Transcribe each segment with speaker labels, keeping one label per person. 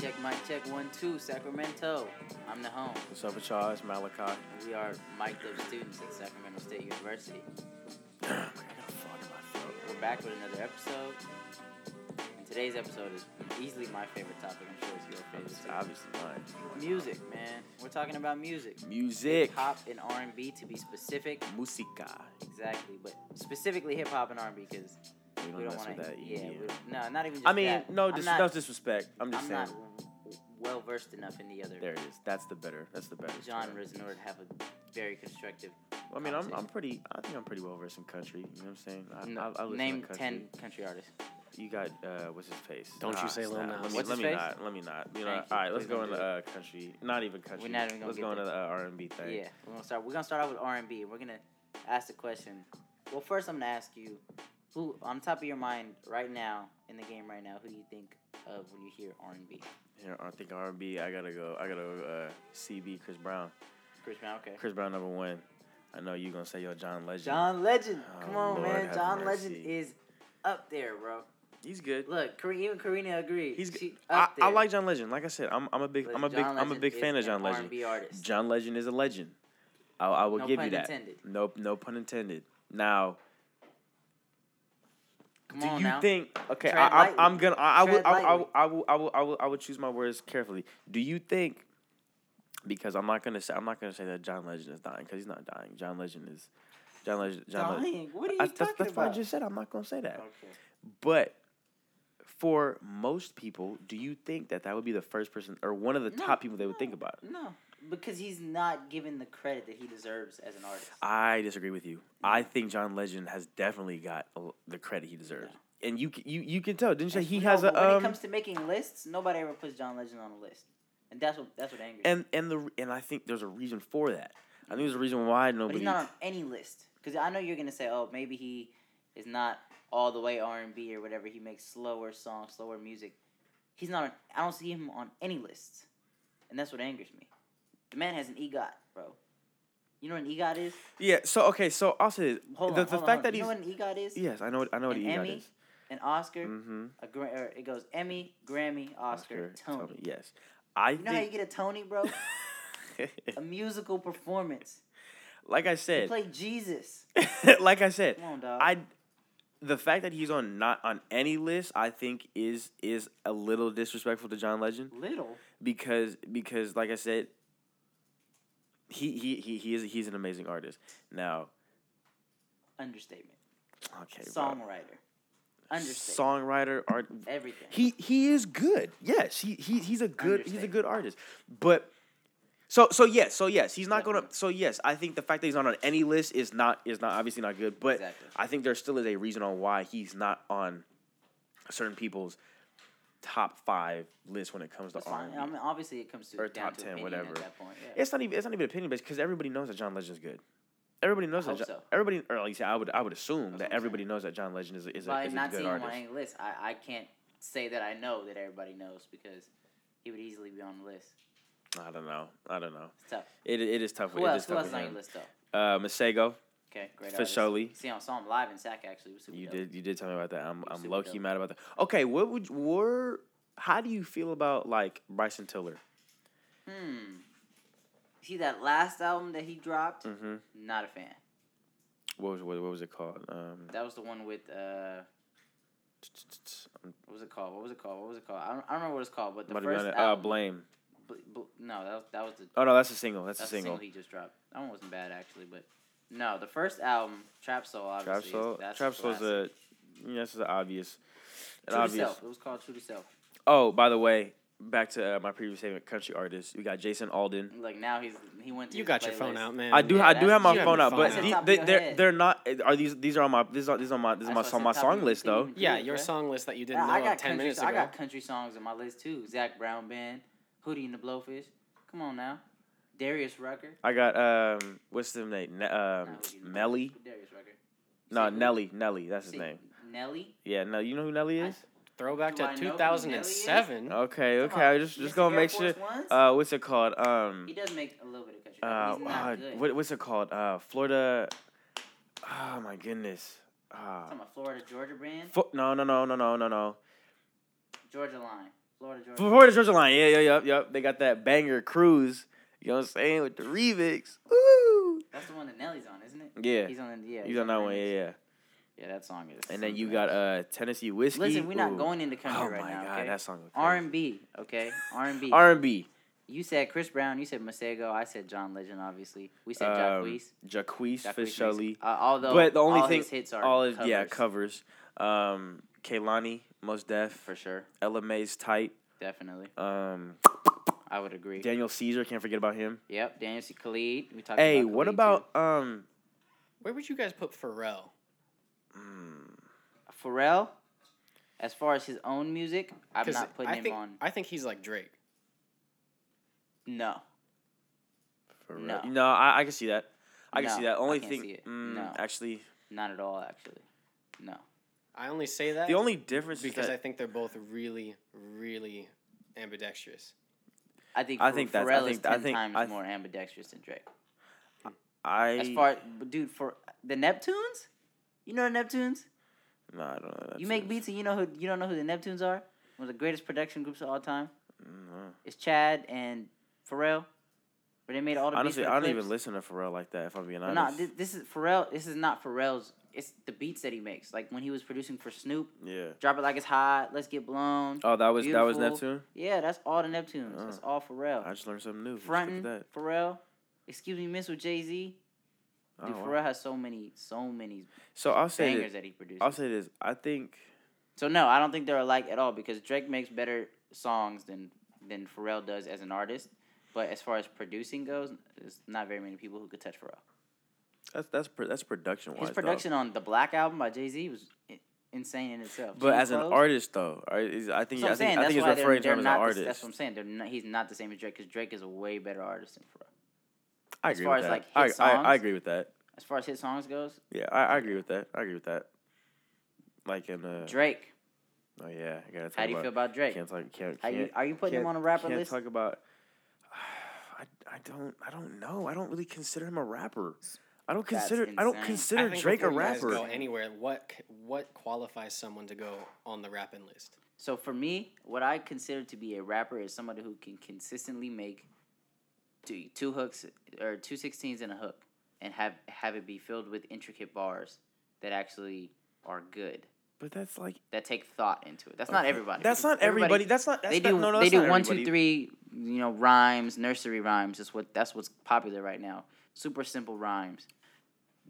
Speaker 1: check one two Sacramento. I'm the home.
Speaker 2: What's up with y'all? It's Malachi.
Speaker 1: We are mic'd up students at Sacramento State University. We're back with another episode. And today's episode is easily my favorite topic. I'm sure it's your favorite.
Speaker 2: It's
Speaker 1: too.
Speaker 2: obviously mine.
Speaker 1: Music, man. We're talking about music.
Speaker 2: Music.
Speaker 1: Hip-hop and R&B to be specific.
Speaker 2: Musica.
Speaker 1: Exactly, but specifically hip hop and R&B because
Speaker 2: We don't,
Speaker 1: we don't
Speaker 2: mess
Speaker 1: want
Speaker 2: with
Speaker 1: to.
Speaker 3: E
Speaker 2: that.
Speaker 1: Yeah,
Speaker 2: Yeah.
Speaker 1: we don't- no, not even. Just
Speaker 2: I mean,
Speaker 1: that.
Speaker 2: no,
Speaker 1: I'm
Speaker 2: dis-
Speaker 1: not-
Speaker 2: no disrespect. I'm just
Speaker 1: I'm
Speaker 2: saying.
Speaker 1: not well versed enough in the other
Speaker 2: There it is. That's the better. That's the better. term.
Speaker 1: genres in order to have a very constructive.
Speaker 2: I mean, I'm, I'm
Speaker 1: conversation.
Speaker 2: pretty. I think I'm pretty well versed in country. You know what I'm saying? I,
Speaker 1: No,
Speaker 2: I, I listen to
Speaker 1: name
Speaker 2: country.
Speaker 1: ten country artists.
Speaker 2: You got uh, what's his face?
Speaker 3: Don't you
Speaker 2: Nah,
Speaker 3: say Lil
Speaker 2: stop.
Speaker 3: Nas.
Speaker 2: Let me,
Speaker 1: What's
Speaker 2: let
Speaker 1: his
Speaker 2: me
Speaker 1: face?
Speaker 2: not. Let me not. You know.
Speaker 1: Thank you.
Speaker 2: all right, let's
Speaker 1: Please
Speaker 2: go
Speaker 1: don't
Speaker 2: in
Speaker 1: do
Speaker 2: the uh, country. Not even country.
Speaker 1: not even gonna
Speaker 2: let's
Speaker 1: get
Speaker 2: go
Speaker 1: there.
Speaker 2: into the uh, R&B thing.
Speaker 1: Yeah, we're gonna start. We're gonna start out with R and B. We're gonna ask the question. Well, first I'm gonna ask you, who on top of your mind right now in the game right now? Who do you think of when you hear R and B?
Speaker 2: Here, I think R&B. I gotta go. I gotta go, uh, CB Chris Brown.
Speaker 1: Chris Brown. Okay.
Speaker 2: Chris Brown number one. I know you gonna say yo John Legend.
Speaker 1: John Legend.
Speaker 2: Oh,
Speaker 1: Come on,
Speaker 2: Lord
Speaker 1: man.
Speaker 2: have
Speaker 1: John
Speaker 2: mercy.
Speaker 1: Legend is up there, bro.
Speaker 2: He's good.
Speaker 1: Look, Kare- even Karina agreed.
Speaker 2: He's
Speaker 1: She
Speaker 2: good. I,
Speaker 1: up
Speaker 2: I
Speaker 1: there.
Speaker 2: like John Legend. Like I said, I'm I'm a big
Speaker 1: But
Speaker 2: I'm a big
Speaker 1: John
Speaker 2: I'm a
Speaker 1: Legend
Speaker 2: big fan
Speaker 1: is
Speaker 2: of John
Speaker 1: an
Speaker 2: Legend.
Speaker 1: R&B artist.
Speaker 2: John Legend is a legend. I, I will
Speaker 1: No
Speaker 2: give
Speaker 1: pun
Speaker 2: you that.
Speaker 1: intended.
Speaker 2: No no pun intended. Now,
Speaker 1: Come
Speaker 2: do
Speaker 1: on
Speaker 2: you
Speaker 1: now.
Speaker 2: think? Okay,
Speaker 1: Tread
Speaker 2: I, I'm, I'm
Speaker 1: lightly.
Speaker 2: gonna. I, I will.
Speaker 1: Tread
Speaker 2: I, will- I
Speaker 1: lightly.
Speaker 2: will. I will. I will. I will. I will choose my words carefully. Do you think? Because I'm not gonna say. I'm not gonna say that John Legend is dying because he's not dying. John Legend is. John Legend. John Legend.
Speaker 1: Dying? What are you
Speaker 2: I-
Speaker 1: talking
Speaker 2: that's, that's
Speaker 1: about?
Speaker 2: what I just said. I'm not gonna say that.
Speaker 1: Okay.
Speaker 2: But for most people, do you think that that would be the first person or one of the
Speaker 1: No,
Speaker 2: top people they would think
Speaker 1: no,
Speaker 2: about?
Speaker 1: No, because he's not given the credit that he deserves as an artist.
Speaker 2: I disagree with you. I think John Legend has definitely got a l- the credit he deserves, and you c- you you can tell. Didn't you say he
Speaker 1: No,
Speaker 2: has
Speaker 1: but
Speaker 2: a
Speaker 1: When
Speaker 2: um?
Speaker 1: it comes to making lists, nobody ever puts John Legend on a list, and that's what that's what angers. me.
Speaker 2: and and the and I think there's a reason for that. I think there's a reason why
Speaker 1: Mm. but
Speaker 2: nobody.
Speaker 1: he's not on any list because I know you're gonna say, oh, maybe he is not all the way R and B or whatever. He makes slower songs, slower music. He's not. On, I don't see him on any lists, and that's what angers me. The man has an EGOT, bro. You know what an EGOT is?
Speaker 2: yeah. So okay. So I'll say this.
Speaker 1: Hold on.
Speaker 2: the, the
Speaker 1: hold on,
Speaker 2: fact
Speaker 1: hold on.
Speaker 2: that
Speaker 1: you
Speaker 2: he's
Speaker 1: know what an EGOT is?
Speaker 2: yes, I know what I know what
Speaker 1: An
Speaker 2: he got
Speaker 1: Emmy?
Speaker 2: is.
Speaker 1: An Oscar.
Speaker 2: Mm-hmm.
Speaker 1: A gra- or it goes Emmy, Grammy, Oscar, Tony.
Speaker 2: Yes. I
Speaker 1: You know how you
Speaker 2: think.
Speaker 1: get a Tony, bro? a musical performance.
Speaker 2: like I
Speaker 1: You
Speaker 2: said,
Speaker 1: play Jesus.
Speaker 2: like I said,
Speaker 1: Come on, dog.
Speaker 2: I the fact that he's on not on any list, I think is is a little disrespectful to John Legend
Speaker 1: Little.
Speaker 2: because because like I said, he he he, he is he's an amazing artist. Now,
Speaker 1: Understatement.
Speaker 2: okay, bro.
Speaker 1: Songwriter. Understatement.
Speaker 2: songwriter, art,
Speaker 1: Everything.
Speaker 2: he he is good. Yes, he, he he's a good he's a
Speaker 1: Understatement.
Speaker 2: good artist. But so so yes so yes he's not going to
Speaker 1: Definitely.
Speaker 2: so yes I think the fact that he's not on any list is not is not obviously not good. But
Speaker 1: Exactly.
Speaker 2: I think there still is a reason on why he's not on certain people's top five list when it comes to
Speaker 1: That's fine. I
Speaker 2: R.
Speaker 1: mean, obviously, it comes to
Speaker 2: Or
Speaker 1: down
Speaker 2: top
Speaker 1: to
Speaker 2: 10,
Speaker 1: opinion
Speaker 2: whatever.
Speaker 1: At that point, yeah.
Speaker 2: It's not even it's not even opinion based because everybody knows that John Legend's good. Everybody knows
Speaker 1: hope
Speaker 2: that. John,
Speaker 1: so.
Speaker 2: Everybody, or like you said, I would I would assume
Speaker 1: That's what
Speaker 2: that
Speaker 1: I'm
Speaker 2: everybody knows that John Legend is a, is a,
Speaker 1: By
Speaker 2: is a
Speaker 1: not
Speaker 2: good
Speaker 1: seeing him on
Speaker 2: artist.
Speaker 1: any list, I, I can't say that I know that everybody knows because he would easily be on the list.
Speaker 2: I don't know. I don't know.
Speaker 1: It's tough.
Speaker 2: It it is tough.
Speaker 1: Who
Speaker 2: it
Speaker 1: else?
Speaker 2: is
Speaker 1: Who
Speaker 2: tough
Speaker 1: else
Speaker 2: with
Speaker 1: is on your
Speaker 2: him.
Speaker 1: list though?
Speaker 2: Uh, Masego.
Speaker 1: Okay, great.
Speaker 2: Fasoli.
Speaker 1: artist. See, I saw him live in Sac actually. It was super
Speaker 2: You
Speaker 1: dope.
Speaker 2: did you did tell me about that. I'm
Speaker 1: was
Speaker 2: I'm
Speaker 1: super
Speaker 2: low key
Speaker 1: dope.
Speaker 2: mad about that. Okay, what would you- were how do you feel about like Bryson Tiller?
Speaker 1: Hmm. See that last album that he dropped?
Speaker 2: Mm-hmm.
Speaker 1: Not a fan.
Speaker 2: What was what, what was it called? Um,
Speaker 1: That was the one with uh,
Speaker 2: t- t- t- t- I'm
Speaker 1: what was it called? What was it called? What was it called? I don't, I don't remember what it's called. But the
Speaker 2: about to be
Speaker 1: first
Speaker 2: honest. Uh,
Speaker 1: album,
Speaker 2: blame.
Speaker 1: bl- bl- no, that was that was the
Speaker 2: Oh no, that's a single. That's,
Speaker 1: that's
Speaker 2: a single.
Speaker 1: he just dropped. That one wasn't bad actually, but no, the first album, Trap Soul,
Speaker 2: Trap
Speaker 1: obviously. is-
Speaker 2: Soul.
Speaker 1: that's
Speaker 2: Trap Soul's
Speaker 1: classic.
Speaker 2: a yeah, this is an obvious. An
Speaker 1: True to
Speaker 2: obvious.
Speaker 1: Self. It was called True to Self.
Speaker 2: Oh, by the way, back to uh, my previous statement, country artist. We got Jason Alden.
Speaker 1: Like now he's he went. To
Speaker 3: You
Speaker 1: his
Speaker 3: got your
Speaker 1: playlist.
Speaker 3: phone out, man.
Speaker 2: I do.
Speaker 1: Yeah,
Speaker 2: I do
Speaker 1: that's-
Speaker 2: have my
Speaker 3: you have
Speaker 2: phone
Speaker 3: your
Speaker 2: out,
Speaker 3: phone
Speaker 2: but
Speaker 3: out.
Speaker 2: the-
Speaker 1: Top of
Speaker 2: they,
Speaker 1: your
Speaker 2: they're
Speaker 1: head.
Speaker 2: they're not. Are these? These are on my. These are. These are my. This is
Speaker 1: That's
Speaker 2: my
Speaker 1: why I
Speaker 2: song.
Speaker 1: said
Speaker 2: My
Speaker 1: top
Speaker 2: song
Speaker 1: music
Speaker 2: list
Speaker 1: that you
Speaker 2: though.
Speaker 1: can
Speaker 3: Yeah,
Speaker 1: do,
Speaker 3: your
Speaker 1: bruh.
Speaker 3: song list that you didn't
Speaker 1: Yeah,
Speaker 3: know
Speaker 1: I got
Speaker 3: of ten
Speaker 1: country.
Speaker 3: minutes
Speaker 1: I
Speaker 3: ago.
Speaker 1: got country songs on my list too. Zach Brown Band, Hootie and the Blowfish. Come on now, Darius Rucker.
Speaker 2: I got um. What's the name? Ne-
Speaker 1: Nah,
Speaker 2: um,
Speaker 1: Hootie and the
Speaker 2: Melly.
Speaker 1: Blowfish. Darius Rucker.
Speaker 2: No,
Speaker 1: See,
Speaker 2: Nelly. Nelly. That's his
Speaker 1: see,
Speaker 2: name.
Speaker 1: Nelly.
Speaker 2: Yeah. No, you know who Nelly is?
Speaker 3: Throwback
Speaker 1: Do I know
Speaker 3: to
Speaker 1: who Nelly is?
Speaker 3: 2007.
Speaker 2: Okay.
Speaker 1: Come
Speaker 2: Okay.
Speaker 1: on,
Speaker 2: I just
Speaker 1: he did
Speaker 2: just
Speaker 1: some
Speaker 2: gonna make
Speaker 1: Air
Speaker 2: sure.
Speaker 1: Force Ones?
Speaker 2: Uh, what's it called? Um.
Speaker 1: He does make a little bit of country.
Speaker 2: Uh.
Speaker 1: but he's not
Speaker 2: uh,
Speaker 1: good.
Speaker 2: what, what's it called? Uh. Florida. Oh my goodness. Ah.
Speaker 1: Talking about Florida Georgia Brand,
Speaker 2: Fo- no. No. No. No. No. No. No.
Speaker 1: Georgia Line. Florida Georgia.
Speaker 2: Florida Georgia Line. Yeah, yeah, yep, yep. They got that banger cruise. You know what I'm saying with the remix. Woo!
Speaker 1: That's the one that Nelly's on, isn't it?
Speaker 2: Yeah,
Speaker 1: He's on the yeah.
Speaker 2: you got that one. Yeah,
Speaker 1: remix.
Speaker 2: yeah.
Speaker 1: Yeah, that song is.
Speaker 2: And then
Speaker 1: so
Speaker 2: you
Speaker 1: bad.
Speaker 2: got uh Tennessee whiskey.
Speaker 1: Listen, we're not
Speaker 2: Ooh.
Speaker 1: going into country
Speaker 2: Oh
Speaker 1: right
Speaker 2: my
Speaker 1: now.
Speaker 2: god,
Speaker 1: okay?
Speaker 2: that song.
Speaker 1: R and B, okay, R and B.
Speaker 2: R and B.
Speaker 1: You said Chris Brown. You said Masego. I said John Legend. Obviously, we said
Speaker 2: Um,
Speaker 1: Jacquees.
Speaker 2: Jacquees
Speaker 1: Jacquees
Speaker 2: Fishelli.
Speaker 1: Mason. Uh, although,
Speaker 2: But the only
Speaker 1: all
Speaker 2: thing-
Speaker 1: his hits are
Speaker 2: All of yeah
Speaker 1: covers,
Speaker 2: covers. Um, Kaylani, Most Def,
Speaker 1: for sure,
Speaker 2: Ella May's Tight.
Speaker 1: definitely.
Speaker 2: Um,
Speaker 1: I would agree.
Speaker 2: Daniel Caesar. Can't forget about him.
Speaker 1: yep, Daniel C. Khalid. We talked.
Speaker 2: Hey,
Speaker 1: about
Speaker 2: what
Speaker 1: Khalid,
Speaker 2: about um?
Speaker 3: Where would you guys put Pharrell?
Speaker 2: mm,
Speaker 1: too. Pharrell? As far as his own music, I'm
Speaker 3: 'Cause
Speaker 1: not putting
Speaker 3: I
Speaker 1: him
Speaker 3: think,
Speaker 1: on.
Speaker 3: I think he's like Drake.
Speaker 1: No,
Speaker 2: for
Speaker 1: No.
Speaker 2: real? No, I, I can see that. I can
Speaker 1: No,
Speaker 2: see
Speaker 1: I
Speaker 2: that. Only
Speaker 1: can't
Speaker 2: thing,
Speaker 1: see it.
Speaker 2: mm,
Speaker 1: No.
Speaker 2: actually,
Speaker 1: not at all. Actually, no.
Speaker 3: I only say that
Speaker 2: the only difference
Speaker 3: because
Speaker 2: is
Speaker 3: I
Speaker 2: that
Speaker 3: think they're both really, really ambidextrous.
Speaker 1: I think
Speaker 2: I
Speaker 1: Ph-
Speaker 2: think that's- I
Speaker 1: Pharrell is
Speaker 2: think- I
Speaker 1: ten
Speaker 2: think-
Speaker 1: times
Speaker 2: I th-
Speaker 1: more ambidextrous than Drake.
Speaker 2: I,
Speaker 1: As far, but dude, for the Neptunes, you know the Neptunes.
Speaker 2: no, I don't know. That's
Speaker 1: you make
Speaker 2: it.
Speaker 1: beats and you know who you don't know who the Neptunes are. One of the greatest production groups of all time.
Speaker 2: Mm, No.
Speaker 1: It's Chad and Pharrell. Where they made all the
Speaker 2: Honestly,
Speaker 1: beats. for the
Speaker 2: I don't
Speaker 1: clips.
Speaker 2: even listen to Pharrell like that. If I'm being
Speaker 1: But
Speaker 2: honest.
Speaker 1: nah, this, this is Pharrell. This is not Pharrell's. It's the beats that he makes. Like when he was producing for Snoop,
Speaker 2: yeah.
Speaker 1: "Drop It Like It's Hot," "Let's Get Blown."
Speaker 2: Oh, that was that was
Speaker 1: Beautiful.
Speaker 2: Neptune.
Speaker 1: Yeah, that's all the Neptunes.
Speaker 2: Oh.
Speaker 1: That's all Pharrell.
Speaker 2: I just learned something new. Just look at
Speaker 1: Frontin',
Speaker 2: that.
Speaker 1: Pharrell. Excuse me, Miss with Jay Z.
Speaker 2: Oh,
Speaker 1: Dude,
Speaker 2: wow.
Speaker 1: Pharrell has so many, so many
Speaker 2: So I'll say
Speaker 1: bangers
Speaker 2: this.
Speaker 1: that he produces.
Speaker 2: I'll say this. I think
Speaker 1: So no, I don't think they're alike at all because Drake makes better songs than than Pharrell does as an artist. But as far as producing goes, there's not very many people who could touch Pharrell.
Speaker 2: that's that's pro- that's production wise.
Speaker 1: His production on the Black album by Jay Z was i- insane in itself.
Speaker 2: But
Speaker 1: Jim
Speaker 2: as an
Speaker 1: Close-
Speaker 2: artist though, I, is- I think
Speaker 1: that's what
Speaker 2: I
Speaker 1: I'm saying.
Speaker 2: think, I think
Speaker 1: that's
Speaker 2: he's
Speaker 1: why they're-
Speaker 2: referring to
Speaker 1: they're
Speaker 2: him as an
Speaker 1: not the s-
Speaker 2: artist.
Speaker 1: That's what I'm saying. They're not, he's not the same as Drake because Drake is a way better artist than Pharrell.
Speaker 2: I
Speaker 1: as
Speaker 2: agree
Speaker 1: far as,
Speaker 2: with that.
Speaker 1: like,
Speaker 2: I,
Speaker 1: hit
Speaker 2: I, I
Speaker 1: songs.
Speaker 2: agree with that.
Speaker 1: As far as his songs goes,
Speaker 2: Yeah, I, I agree with that. I agree with that. Like in uh,
Speaker 1: Drake.
Speaker 2: oh yeah, I gotta talk
Speaker 1: How do you
Speaker 2: about,
Speaker 1: feel about Drake?
Speaker 2: Can't talk. Can't.
Speaker 1: How you,
Speaker 2: can't-
Speaker 1: are you putting him
Speaker 2: can't-
Speaker 1: on a rapper
Speaker 2: can't
Speaker 1: list?
Speaker 2: talk about. I, I don't I don't know. I don't really consider him a rapper. I don't
Speaker 1: That's
Speaker 2: consider I don't
Speaker 1: insane.
Speaker 3: I
Speaker 2: consider
Speaker 3: think
Speaker 2: Drake a
Speaker 3: before you guys
Speaker 2: rapper.
Speaker 3: Go anywhere? What c- what qualifies someone to go on the rapping list?
Speaker 1: So for me, what I consider to be a rapper is somebody who can consistently make two, two hooks or two sixteens and a hook, and have have it be filled with intricate bars that actually are good
Speaker 2: But that's like
Speaker 1: that take thought into it. That's not
Speaker 2: Okay.
Speaker 1: everybody.
Speaker 2: That's not everybody. That's not. That's
Speaker 1: they do
Speaker 2: Not, no, no,
Speaker 1: they
Speaker 2: that's
Speaker 1: do
Speaker 2: not
Speaker 1: one two
Speaker 2: everybody.
Speaker 1: three you know rhymes nursery rhymes is what that's what's popular right now super simple rhymes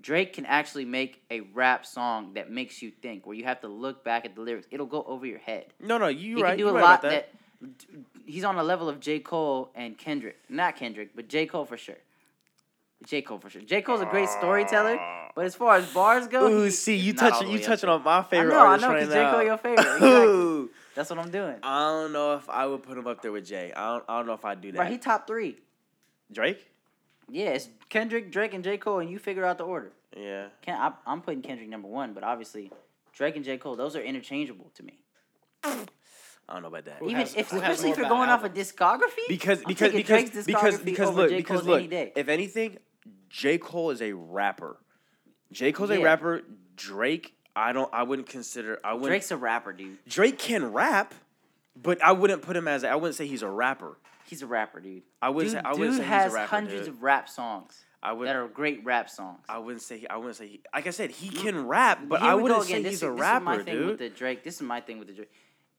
Speaker 1: drake can actually make a rap song that makes you think where you have to look back at the lyrics it'll go over your head
Speaker 2: No, no, you
Speaker 1: he
Speaker 2: right.
Speaker 1: can do
Speaker 2: you
Speaker 1: a
Speaker 2: right
Speaker 1: lot
Speaker 2: about that.
Speaker 1: that. he's on a level of J. Cole and Kendrick. Not Kendrick, but J. Cole for sure. J. Cole for sure. J. Cole's a great storyteller,
Speaker 3: Ah.
Speaker 1: but as far as bars go,
Speaker 2: Ooh,
Speaker 1: he
Speaker 2: see,
Speaker 1: is
Speaker 2: you
Speaker 1: not all
Speaker 2: touching
Speaker 1: the
Speaker 2: you
Speaker 1: way up
Speaker 2: touching
Speaker 1: there.
Speaker 2: on my favorite
Speaker 1: I know,
Speaker 2: artist
Speaker 1: I know,
Speaker 2: right
Speaker 1: J.
Speaker 2: now.
Speaker 1: Cole your favorite. Exactly.
Speaker 2: Ooh,
Speaker 1: That's what I'm doing.
Speaker 3: Uh,
Speaker 2: I don't know if I would put him up there with Jay. I don't, I don't know if I'd do that.
Speaker 1: Right, he top three.
Speaker 2: Drake?
Speaker 1: Yeah, it's Kendrick, Drake, and J. Cole, and you figure out the order.
Speaker 2: Yeah.
Speaker 1: Ken, I, I'm putting Kendrick number one, but obviously, Drake and J. Cole, those are interchangeable to me.
Speaker 2: I don't know about that.
Speaker 3: Who
Speaker 1: Even
Speaker 3: has-
Speaker 1: if,
Speaker 3: who has
Speaker 1: especially
Speaker 3: more
Speaker 1: if you're
Speaker 3: bad
Speaker 1: going off a
Speaker 3: albums?
Speaker 1: discography,
Speaker 2: Because
Speaker 1: I'm
Speaker 2: because
Speaker 1: taking
Speaker 2: because
Speaker 1: Drake's
Speaker 2: because
Speaker 1: discography
Speaker 2: because
Speaker 1: over
Speaker 2: look
Speaker 1: J.
Speaker 2: because
Speaker 1: Cole's any
Speaker 2: look
Speaker 1: day.
Speaker 2: if anything, J Cole is a rapper. J Cole's a
Speaker 1: Yeah.
Speaker 2: rapper. Drake, I don't. I wouldn't consider. I wouldn't.
Speaker 1: Drake's a rapper, dude.
Speaker 2: Drake can rap, but I wouldn't put him as. a- I wouldn't say he's a rapper.
Speaker 1: He's a rapper, dude.
Speaker 2: I wouldn't
Speaker 1: dude,
Speaker 2: say I
Speaker 1: dude
Speaker 2: wouldn't say
Speaker 1: has
Speaker 2: he's a rapper.
Speaker 1: hundreds
Speaker 2: dude.
Speaker 1: of rap songs
Speaker 2: I would
Speaker 1: that are great rap songs.
Speaker 2: I wouldn't say he, I wouldn't say he, like I said he can rap, but
Speaker 1: Mm, Here
Speaker 2: I
Speaker 1: we go
Speaker 2: wouldn't
Speaker 1: again.
Speaker 2: say
Speaker 1: This
Speaker 2: he's
Speaker 1: is-
Speaker 2: a
Speaker 1: this
Speaker 2: rapper,
Speaker 1: is my thing
Speaker 2: dude.
Speaker 1: with the Drake. This is my thing with the Drake.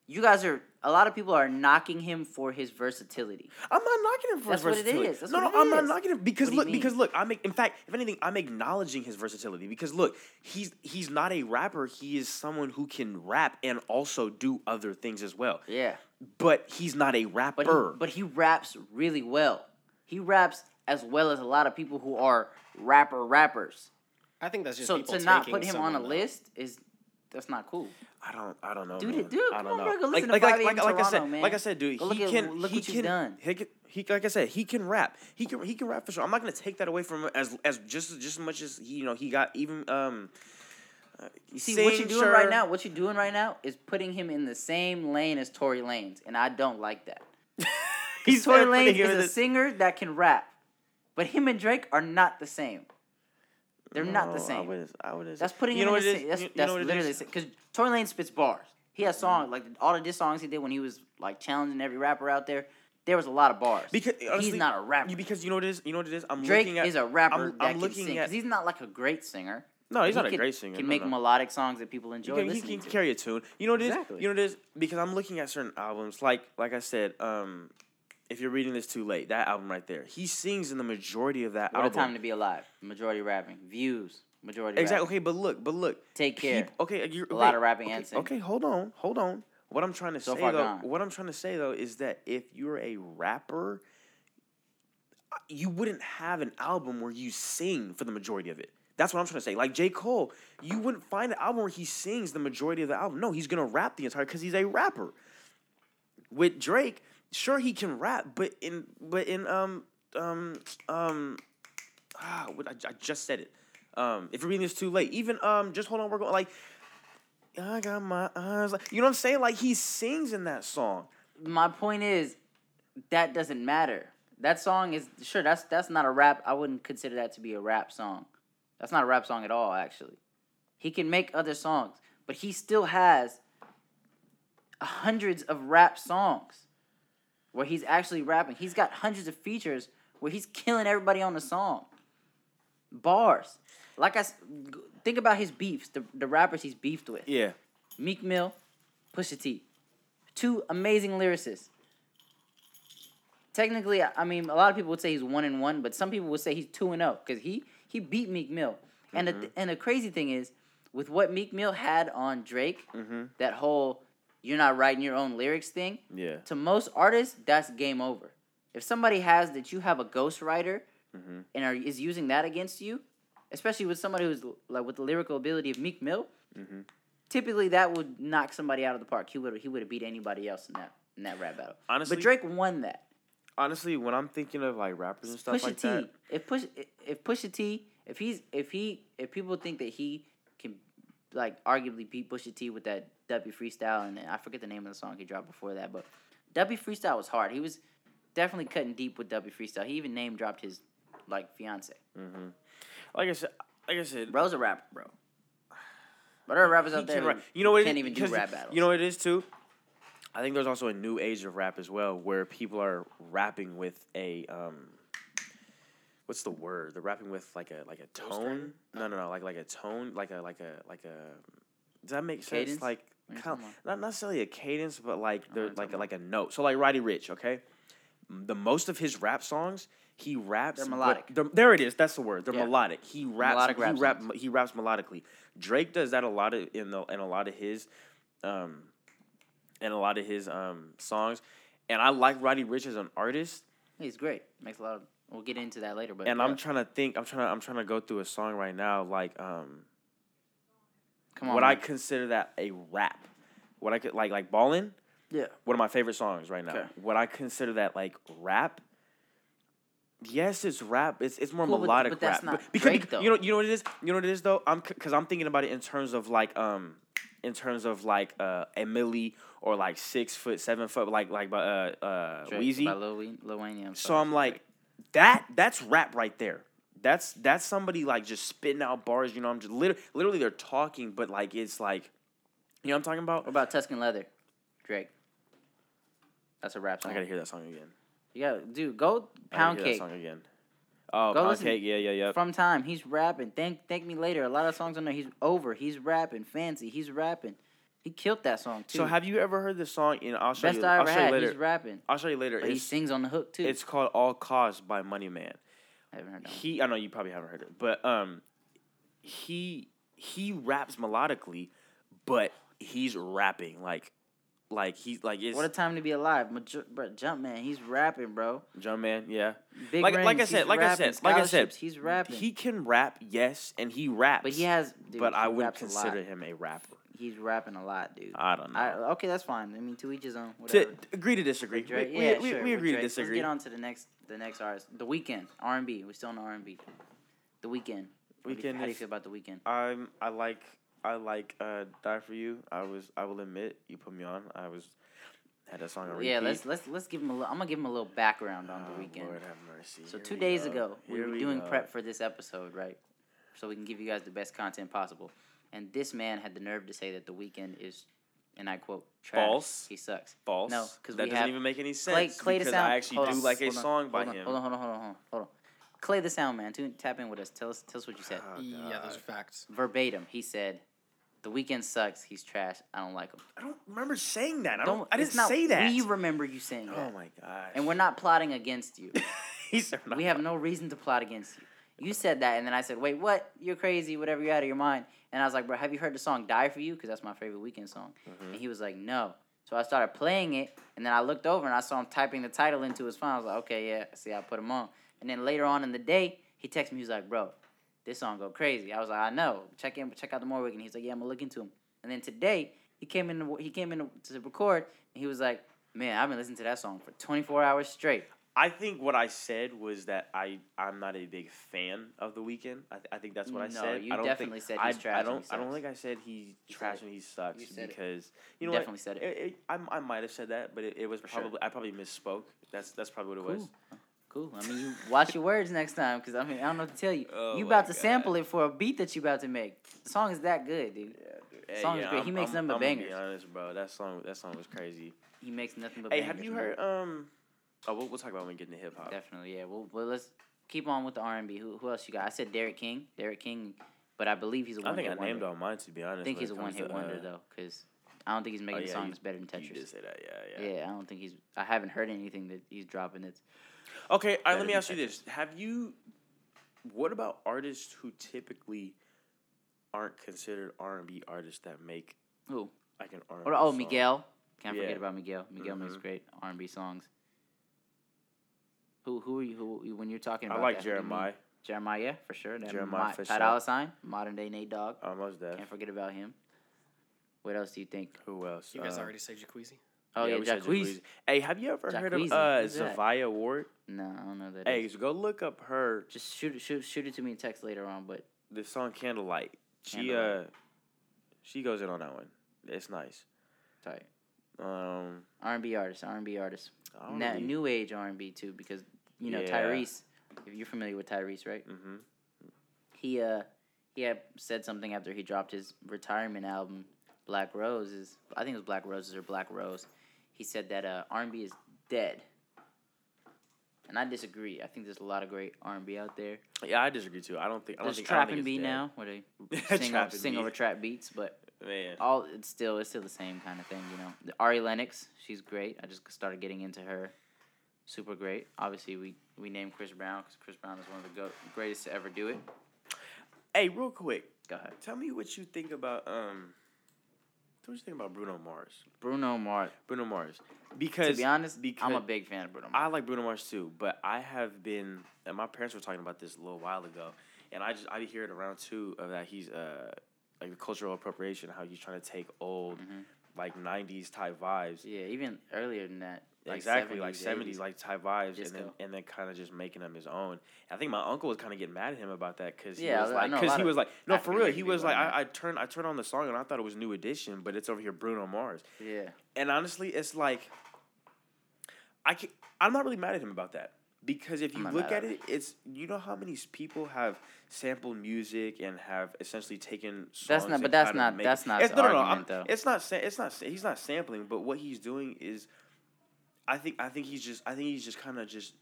Speaker 1: You guys are a lot of people are knocking him for his versatility.
Speaker 2: I'm not knocking him for
Speaker 1: That's
Speaker 2: his
Speaker 1: what it
Speaker 2: versatility.
Speaker 1: is. That's
Speaker 2: no,
Speaker 1: what
Speaker 2: no,
Speaker 1: it
Speaker 2: I'm not
Speaker 1: is.
Speaker 2: knocking him because
Speaker 1: What do you
Speaker 2: look, because
Speaker 1: mean?
Speaker 2: look, I'm in fact, if anything, I'm acknowledging his versatility because look, he's he's not a rapper. He is someone who can rap and also do other things as well.
Speaker 1: Yeah,
Speaker 2: But he's not a rapper.
Speaker 1: but he, but he raps really well. He raps as well as a lot of people who are rapper rappers.
Speaker 3: I think that's just
Speaker 1: So
Speaker 3: people
Speaker 1: to not
Speaker 3: taking
Speaker 1: put him on a
Speaker 3: someone, though.
Speaker 1: list is that's not cool.
Speaker 2: I don't. I don't know.
Speaker 1: Dude,
Speaker 2: man.
Speaker 1: dude,
Speaker 2: I
Speaker 1: come
Speaker 2: don't
Speaker 1: on,
Speaker 2: know.
Speaker 1: bro, go listen
Speaker 2: like,
Speaker 1: to
Speaker 2: like,
Speaker 1: Bobby
Speaker 2: like,
Speaker 1: in
Speaker 2: like I
Speaker 1: Toronto,
Speaker 2: said,
Speaker 1: man.
Speaker 2: like I said, dude,
Speaker 1: Go
Speaker 2: he
Speaker 1: look at-
Speaker 2: can.
Speaker 1: look
Speaker 2: he
Speaker 1: what you've
Speaker 2: can,
Speaker 1: done.
Speaker 2: He can, he, like I said, he can rap. He can. He can rap for sure. I'm not gonna take that away from him as as just just as much as he, you know he got even. Um, uh,
Speaker 1: You see what you're doing right now. What you're doing right now is putting him in the same lane as Tory Lanez, and I don't like that.
Speaker 2: He's
Speaker 1: Tory
Speaker 2: not putting
Speaker 1: Lanez
Speaker 2: him
Speaker 1: is a
Speaker 2: in the-
Speaker 1: singer that can rap, but him and Drake are not the same. They're not
Speaker 2: No,
Speaker 1: the
Speaker 2: I
Speaker 1: same.
Speaker 2: wouldn't, Oh, I wouldn't say-
Speaker 1: That's putting
Speaker 2: you
Speaker 1: him
Speaker 2: know
Speaker 1: in
Speaker 2: what
Speaker 1: the
Speaker 2: it is?
Speaker 1: same. That's,
Speaker 2: You- you know
Speaker 1: that's
Speaker 2: what it
Speaker 1: literally
Speaker 2: is?
Speaker 1: the same. Because Tory Lanez spits bars. He
Speaker 2: Mm-hmm.
Speaker 1: has songs like all the diss songs he did when he was like challenging every rapper out there. There was a lot of bars.
Speaker 2: Because honestly,
Speaker 1: he's not a rapper.
Speaker 2: You, because you know what it is. You know what it is. I'm
Speaker 1: Drake
Speaker 2: looking at.
Speaker 1: is a rapper
Speaker 2: I'm-
Speaker 1: that
Speaker 2: I'm
Speaker 1: can
Speaker 2: looking
Speaker 1: sing
Speaker 2: at-
Speaker 1: 'cause he's not like a great singer.
Speaker 2: no,
Speaker 1: He
Speaker 2: he's not a
Speaker 1: can-
Speaker 2: great singer.
Speaker 1: Can
Speaker 2: no,
Speaker 1: make
Speaker 2: no.
Speaker 1: melodic songs that people enjoy
Speaker 2: He can, he
Speaker 1: listening
Speaker 2: can
Speaker 1: to.
Speaker 2: carry a tune. You know what it is.
Speaker 1: Exactly.
Speaker 2: You know what it is because I'm looking at certain albums. Like like I said, um, if you're reading this too late, that album right there, he sings in the majority of that
Speaker 1: What a
Speaker 2: album.
Speaker 1: time to be alive. Majority rapping. Views. Majority
Speaker 2: exactly.
Speaker 1: rapping.
Speaker 2: Okay, but look, but look.
Speaker 1: Take care.
Speaker 2: Peop- okay, you're,
Speaker 1: A lot
Speaker 2: okay,
Speaker 1: of rapping
Speaker 2: okay,
Speaker 1: and singing.
Speaker 2: Okay, hold on, hold on. What I'm trying to
Speaker 1: So
Speaker 2: say
Speaker 1: far
Speaker 2: though,
Speaker 1: gone.
Speaker 2: what I'm trying to say though, is that if you're a rapper, uh, you wouldn't have an album where you sing for the majority of it. That's what I'm trying to say. Like J. Cole, you wouldn't find an album where he sings the majority of the album. No, he's gonna rap the entire because he's a rapper. With Drake, sure he can rap, but in but in um um um ah, what I, I just said it. Um, if you're reading this too late, even um, just hold on, we're going like, I got my eyes, like, you know what I'm saying? Like he sings in that song.
Speaker 1: My point is, that doesn't matter. That song is sure. That's that's not a rap. I wouldn't consider that to be a rap song. That's not a rap song at all. Actually, he can make other songs, but he still has hundreds of rap songs where he's actually rapping. He's got hundreds of features where he's killing everybody on the song. Bars, like I s- g- think about his beefs, the the rappers he's beefed with.
Speaker 2: Yeah,
Speaker 1: Meek Mill, Pusha T. Two amazing lyricists. Technically, I I mean, a lot of people would say he's one and one, but some people would say he's two and zero because he he beat Meek Mill. And the, and the crazy thing is, with what Meek Mill had on Drake, that whole "you're not writing your own lyrics" thing,
Speaker 2: yeah,
Speaker 1: to most artists, that's game over. If somebody has that you have a ghostwriter
Speaker 2: Mm-hmm.
Speaker 1: and are, is using that against you, especially with somebody who's l- like with the lyrical ability of Meek Mill,
Speaker 2: Mm-hmm.
Speaker 1: typically that would knock somebody out of the park. He would he would have beat anybody else in that in that rap battle.
Speaker 2: Honestly-
Speaker 1: but Drake won that.
Speaker 2: Honestly, when I'm thinking of like rappers and stuff
Speaker 1: Pusha
Speaker 2: like
Speaker 1: T.
Speaker 2: that,
Speaker 1: If push if Pusha T. If he's if he if people think that he can like arguably beat Pusha T with that W freestyle and I forget the name of the song he dropped before that, but W freestyle was hard. He was definitely cutting deep with W freestyle. He even name dropped his like fiance.
Speaker 2: Mm-hmm. like I said, like I said,
Speaker 1: Bro's a rapper, bro. But there are rappers
Speaker 2: he
Speaker 1: out there
Speaker 2: can
Speaker 1: who
Speaker 2: rap. You know what? it
Speaker 1: can't
Speaker 2: is?
Speaker 1: even do
Speaker 2: Because
Speaker 1: rap battles.
Speaker 2: You know what it is too. I think there's also a new age of rap as well, where people are rapping with a um, what's the word? They're rapping with like a like a tone. No, no, no, like like a tone, like a like a like a. Does that make sense?
Speaker 1: Cadence? What
Speaker 2: Like
Speaker 1: are you
Speaker 2: kind
Speaker 1: talking about? Oh,
Speaker 2: not necessarily a cadence, but like
Speaker 1: what
Speaker 2: they're
Speaker 1: you're
Speaker 2: like
Speaker 1: talking
Speaker 2: a, like a note. So like Roddy Rich, okay. The most of his rap songs, he raps.
Speaker 1: They're
Speaker 2: with-
Speaker 1: melodic.
Speaker 2: they're- there it is. That's the word. They're
Speaker 1: Yeah.
Speaker 2: melodic. He raps.
Speaker 1: Melodic
Speaker 2: he
Speaker 1: rap
Speaker 2: rap,
Speaker 1: songs.
Speaker 2: He raps melodically. Drake does that a lot of in the in a lot of his, um, in a lot of his um songs, and I like Roddy Rich as an artist.
Speaker 1: He's great. Makes a lot of. We'll get into that later, but
Speaker 2: And I'm
Speaker 1: yeah.
Speaker 2: trying to think. I'm trying to. I'm trying to go through a song right now. Like um,
Speaker 1: come on.
Speaker 2: would I
Speaker 1: man.
Speaker 2: consider that a rap? What I could like like ballin'?
Speaker 1: yeah.
Speaker 2: one of my favorite songs right now.
Speaker 1: Okay.
Speaker 2: Would I consider that like rap? Yes, it's rap. It's it's more
Speaker 1: Cool, but-
Speaker 2: melodic
Speaker 1: but that's
Speaker 2: rap.
Speaker 1: not
Speaker 2: But- because
Speaker 1: Drake, though.
Speaker 2: you know you know what it is. You know what it is though. I'm because I'm thinking about it in terms of like um in terms of like uh a milli or like six foot seven foot like like uh uh
Speaker 1: Drake
Speaker 2: Wheezy.
Speaker 1: by Lil Wayne. Lil Wayne yeah,
Speaker 2: So I'm like, that that's rap right there. That's that's somebody like just spitting out bars. You know, I'm just literally, literally they're talking, but like it's like, you know, what I'm talking about.
Speaker 1: What about Tuscan Leather? Drake. That's a rap song.
Speaker 2: I gotta hear that song again.
Speaker 1: You gotta, dude, go
Speaker 2: I didn't
Speaker 1: Pound
Speaker 2: hear
Speaker 1: Cake.
Speaker 2: that song again. Oh,
Speaker 1: Go
Speaker 2: pound
Speaker 1: listen-
Speaker 2: cake. Yeah, yeah, yeah.
Speaker 1: From Time, he's rapping. Thank Thank Me Later. A lot of songs on there. He's over. He's rapping. Fancy. He's rapping. He killed that song, too.
Speaker 2: so, have you ever heard the song? And I'll show
Speaker 1: Best
Speaker 2: you.
Speaker 1: I
Speaker 2: I'll
Speaker 1: ever
Speaker 2: show you
Speaker 1: had. He's
Speaker 2: later.
Speaker 1: rapping.
Speaker 2: I'll show you later.
Speaker 1: But he
Speaker 2: It's,
Speaker 1: sings on the hook, too.
Speaker 2: it's called "All Costs" by Money Man.
Speaker 1: I haven't heard that one.
Speaker 2: He, I know you probably haven't heard it, but um, he he raps melodically, but he's rapping like, like he's like it's
Speaker 1: What a time to be alive. Major- bro, Jumpman, he's rapping, bro.
Speaker 2: drum man. Yeah,
Speaker 1: Big
Speaker 2: like like I
Speaker 1: Rings,
Speaker 2: said,
Speaker 1: he's
Speaker 2: like I
Speaker 1: rapping.
Speaker 2: said, like I said,
Speaker 1: Scholarships, he's rapping.
Speaker 2: He can rap, yes, and he raps.
Speaker 1: But he has. Dude,
Speaker 2: but
Speaker 1: he
Speaker 2: I wouldn't
Speaker 1: raps a lot.
Speaker 2: consider him a rapper.
Speaker 1: He's rapping a lot, dude.
Speaker 2: I don't know.
Speaker 1: I, okay, that's fine. I mean, to each his own.
Speaker 2: to
Speaker 1: Whatever.
Speaker 2: agree to disagree. We-
Speaker 1: Drake,
Speaker 2: we,
Speaker 1: yeah,
Speaker 2: we,
Speaker 1: sure.
Speaker 2: we
Speaker 1: with
Speaker 2: agree to
Speaker 1: Drake. Let's
Speaker 2: disagree.
Speaker 1: get on to the next, the next artist. The Weekend, R and B. We're still on R and B. The Weekend.
Speaker 2: Weeknd
Speaker 1: How do you
Speaker 2: is-
Speaker 1: feel about the Weekend?
Speaker 2: I'm I like I like uh Die for You. I was I will admit you put me on. I was had that song on repeat.
Speaker 1: Yeah, let's let's let's give him a little. I'm gonna give him a little background on
Speaker 2: Oh,
Speaker 1: the Weekend.
Speaker 2: Lord have mercy.
Speaker 1: so
Speaker 2: Here
Speaker 1: two
Speaker 2: we
Speaker 1: days
Speaker 2: go.
Speaker 1: ago, we
Speaker 2: Here
Speaker 1: were doing
Speaker 2: go.
Speaker 1: prep for this episode, right? So we can give you guys the best content possible. And this man had the nerve to say that the Weekend is and I quote, trash.
Speaker 2: False.
Speaker 1: He sucks.
Speaker 2: False.
Speaker 1: No, 'cause
Speaker 2: that
Speaker 1: we
Speaker 2: doesn't
Speaker 1: have
Speaker 2: even make any
Speaker 1: Clay,
Speaker 2: sense.
Speaker 1: Clay the
Speaker 2: because
Speaker 1: Sound.
Speaker 2: I actually
Speaker 1: hold
Speaker 2: do
Speaker 1: on,
Speaker 2: like a
Speaker 1: hold on,
Speaker 2: song by
Speaker 1: hold on,
Speaker 2: him.
Speaker 1: Hold on, hold on, hold on, hold on, hold on. Clay the Sound Man, tune, tap in with us. Tell us, tell us what you said.
Speaker 2: God.
Speaker 3: yeah, those are facts.
Speaker 1: Verbatim, he said, "The weekend sucks. He's trash. I don't like him."
Speaker 2: I don't remember saying that. I don't. I
Speaker 1: it's
Speaker 2: didn't
Speaker 1: not-
Speaker 2: say that.
Speaker 1: We remember you saying that,
Speaker 2: oh my gosh.
Speaker 1: and we're not plotting against you.
Speaker 2: These are not-
Speaker 1: we have no reason to plot against you. You said that, and then I said, "Wait, what? You're crazy. Whatever, you're out of your mind." And I was like, "Bro, have you heard the song Die for You? Because that's my favorite weekend song." And he was like, "No." So I started playing it, and then I looked over and I saw him typing the title into his phone. I was like, "Okay, yeah, see, I put him on." And then later on in the day, he texted me. He was like, "Bro, this song go crazy." I was like, "I know. Check in, check out the Morwick." And he's like, "Yeah, I'm gonna look into him." And then today, he came in. to- He came in to record, and he was like, "Man, I've been listening to that song for 24 hours straight."
Speaker 2: I think what I said was that I I'm not a big fan of the weekend. I, th- I think that's what I
Speaker 1: No,
Speaker 2: said.
Speaker 1: you
Speaker 2: I don't
Speaker 1: definitely
Speaker 2: think,
Speaker 1: said
Speaker 2: I,
Speaker 1: he's trash
Speaker 2: I
Speaker 1: and he
Speaker 2: don't. I don't
Speaker 1: sucks.
Speaker 2: think I said he's
Speaker 1: You said
Speaker 2: trash
Speaker 1: it.
Speaker 2: and he sucks
Speaker 1: You said it.
Speaker 2: because you
Speaker 1: You
Speaker 2: know what?
Speaker 1: definitely said it.
Speaker 2: It, it, I, I might have said that, but it, it was
Speaker 1: sure.
Speaker 2: probably I probably misspoke. That's that's probably what it was.
Speaker 1: Cool. Cool. I mean, you watch your words next time, cause I mean, I don't know what to tell you.
Speaker 2: Oh
Speaker 1: you
Speaker 2: my
Speaker 1: about to
Speaker 2: God.
Speaker 1: sample it for a beat that you about to make. The song is that good, dude.
Speaker 2: Yeah, dude. Hey,
Speaker 1: Song is
Speaker 2: yeah,
Speaker 1: great. He
Speaker 2: I'm-
Speaker 1: makes nothing
Speaker 2: I'm-
Speaker 1: but
Speaker 2: I'm gonna be
Speaker 1: bangers.
Speaker 2: honest, bro. That song that song was crazy.
Speaker 1: He makes nothing but.
Speaker 2: hey, have
Speaker 1: bangers,
Speaker 2: you
Speaker 1: man.
Speaker 2: heard? uh, Um, oh, we'll, we'll talk about when we get into hip hop.
Speaker 1: Definitely, yeah. Well, well, let's keep on with the R and B. Who, who else you got? I said Derek King. Derek King, but I believe he's a one.
Speaker 2: I think I
Speaker 1: hit
Speaker 2: named
Speaker 1: wonder.
Speaker 2: all mine to be honest.
Speaker 1: I think
Speaker 2: when
Speaker 1: he's
Speaker 2: it
Speaker 1: a one
Speaker 2: comes
Speaker 1: hit
Speaker 2: to,
Speaker 1: wonder
Speaker 2: uh, Oh,
Speaker 1: though, cause I don't think he's making
Speaker 2: yeah,
Speaker 1: a song
Speaker 2: you-
Speaker 1: that's better than
Speaker 2: You
Speaker 1: Tetris.
Speaker 2: did say that, yeah, yeah.
Speaker 1: Yeah. I don't think he's. I haven't heard anything that he's dropping. That's
Speaker 2: Okay, all right,
Speaker 1: Better
Speaker 2: let me
Speaker 1: than
Speaker 2: ask you this: Have you? What about artists who typically aren't considered R and B artists that make
Speaker 1: who?
Speaker 2: like an R?
Speaker 1: What, oh, Miguel. Can't
Speaker 2: Yeah.
Speaker 1: forget about Miguel. Miguel makes
Speaker 2: Mhm.
Speaker 1: great R and B songs. Who who are you? Who when you're talking
Speaker 2: I
Speaker 1: about?
Speaker 2: like
Speaker 1: that, who do you mean?
Speaker 2: Jeremiah.
Speaker 1: Jeremiah, yeah, for sure. That
Speaker 2: Jeremiah
Speaker 1: Jeremiah
Speaker 2: for
Speaker 1: for Pat
Speaker 2: sure.
Speaker 1: Dolla Sign, modern day Nate Dogg.
Speaker 2: Almost deaf.
Speaker 1: Can't forget about him. What else do you think?
Speaker 2: Who else?
Speaker 3: You guys
Speaker 2: Uh,
Speaker 3: already said Jacuzzi.
Speaker 1: Oh yeah,
Speaker 2: we said
Speaker 1: Jacquees.
Speaker 2: Jacquees. Hey, have you ever heard of
Speaker 1: Jacquees,
Speaker 2: uh,
Speaker 1: who's that?
Speaker 2: Zavia Ward?
Speaker 1: No, I don't know who that.
Speaker 2: Hey,
Speaker 1: is.
Speaker 2: so go look up her
Speaker 1: just shoot it, shoot shoot it to me in text later on. But
Speaker 2: the song Candlelight. She
Speaker 1: Candlelight.
Speaker 2: uh, she goes in on that one. It's nice.
Speaker 1: sorry,
Speaker 2: Um,
Speaker 1: R and B artists, R and B artists,
Speaker 2: I
Speaker 1: and that new age R and B too, because you know
Speaker 2: Yeah.
Speaker 1: Tyrese. If you're familiar with Tyrese, right?
Speaker 2: hmm
Speaker 1: he uh he had said something after he dropped his retirement album black roses i think it was black roses or black rose he said that uh, r&b is dead and i disagree i think there's a lot of great r&b out there
Speaker 2: Yeah, I disagree too. I don't think I don't
Speaker 1: there's
Speaker 2: think
Speaker 1: trap
Speaker 2: I don't
Speaker 1: and b
Speaker 2: think it's
Speaker 1: now where they
Speaker 2: dead.
Speaker 1: sing,
Speaker 2: Trap
Speaker 1: over,
Speaker 2: and
Speaker 1: sing
Speaker 2: B.
Speaker 1: over trap beats but
Speaker 2: Man.
Speaker 1: all it's still it's still the same kind of thing you know The- ari lennox she's great i just started getting into her super great obviously we we named chris brown because chris brown is one of the go- greatest to ever do it
Speaker 2: Hey, real quick,
Speaker 1: go ahead
Speaker 2: tell me what you think about um. What do you think about Bruno Mars?
Speaker 1: bruno mars
Speaker 2: Bruno Mars, because
Speaker 1: to be honest,
Speaker 2: because
Speaker 1: I'm a big fan of Bruno
Speaker 2: I
Speaker 1: Mars.
Speaker 2: like Bruno Mars too, but I have been and my parents were talking about this a little while ago, and I just I hear it around too of that he's uh like the cultural appropriation, how he's trying to take old
Speaker 1: Mhm.
Speaker 2: like '90s type vibes,
Speaker 1: yeah, even earlier than that. Like
Speaker 2: exactly like
Speaker 1: 70s,
Speaker 2: 70s like type vibes, and then
Speaker 1: Disco.
Speaker 2: and then kind of just making them his own. I think my uncle was kind of getting mad at him about that because
Speaker 1: Yeah,
Speaker 2: he was
Speaker 1: I
Speaker 2: like
Speaker 1: know a
Speaker 2: because
Speaker 1: lot
Speaker 2: he
Speaker 1: of
Speaker 2: was like no for
Speaker 1: African
Speaker 2: real
Speaker 1: niggas be
Speaker 2: he was like
Speaker 1: doing that.
Speaker 2: I, I turned I turned on the song and I thought it was New Edition, but it's over here Bruno Mars.
Speaker 1: 80s. Yeah.
Speaker 2: And honestly, it's like I can I'm not really mad at him about that. Because if
Speaker 1: I'm
Speaker 2: you
Speaker 1: not
Speaker 2: look
Speaker 1: mad
Speaker 2: at
Speaker 1: at
Speaker 2: it, it's you know how many s- people have sampled music and have essentially taken songs.
Speaker 1: That's not-
Speaker 2: and
Speaker 1: but that's
Speaker 2: kinda
Speaker 1: not-
Speaker 2: make-
Speaker 1: that's not
Speaker 2: It's,
Speaker 1: the
Speaker 2: no, no, no.
Speaker 1: argument,
Speaker 2: I'm-
Speaker 1: though.
Speaker 2: It's not. sa- It's not. sa- He's not sampling. But what he's doing is, I think. I think he's just. I think he's just kind of just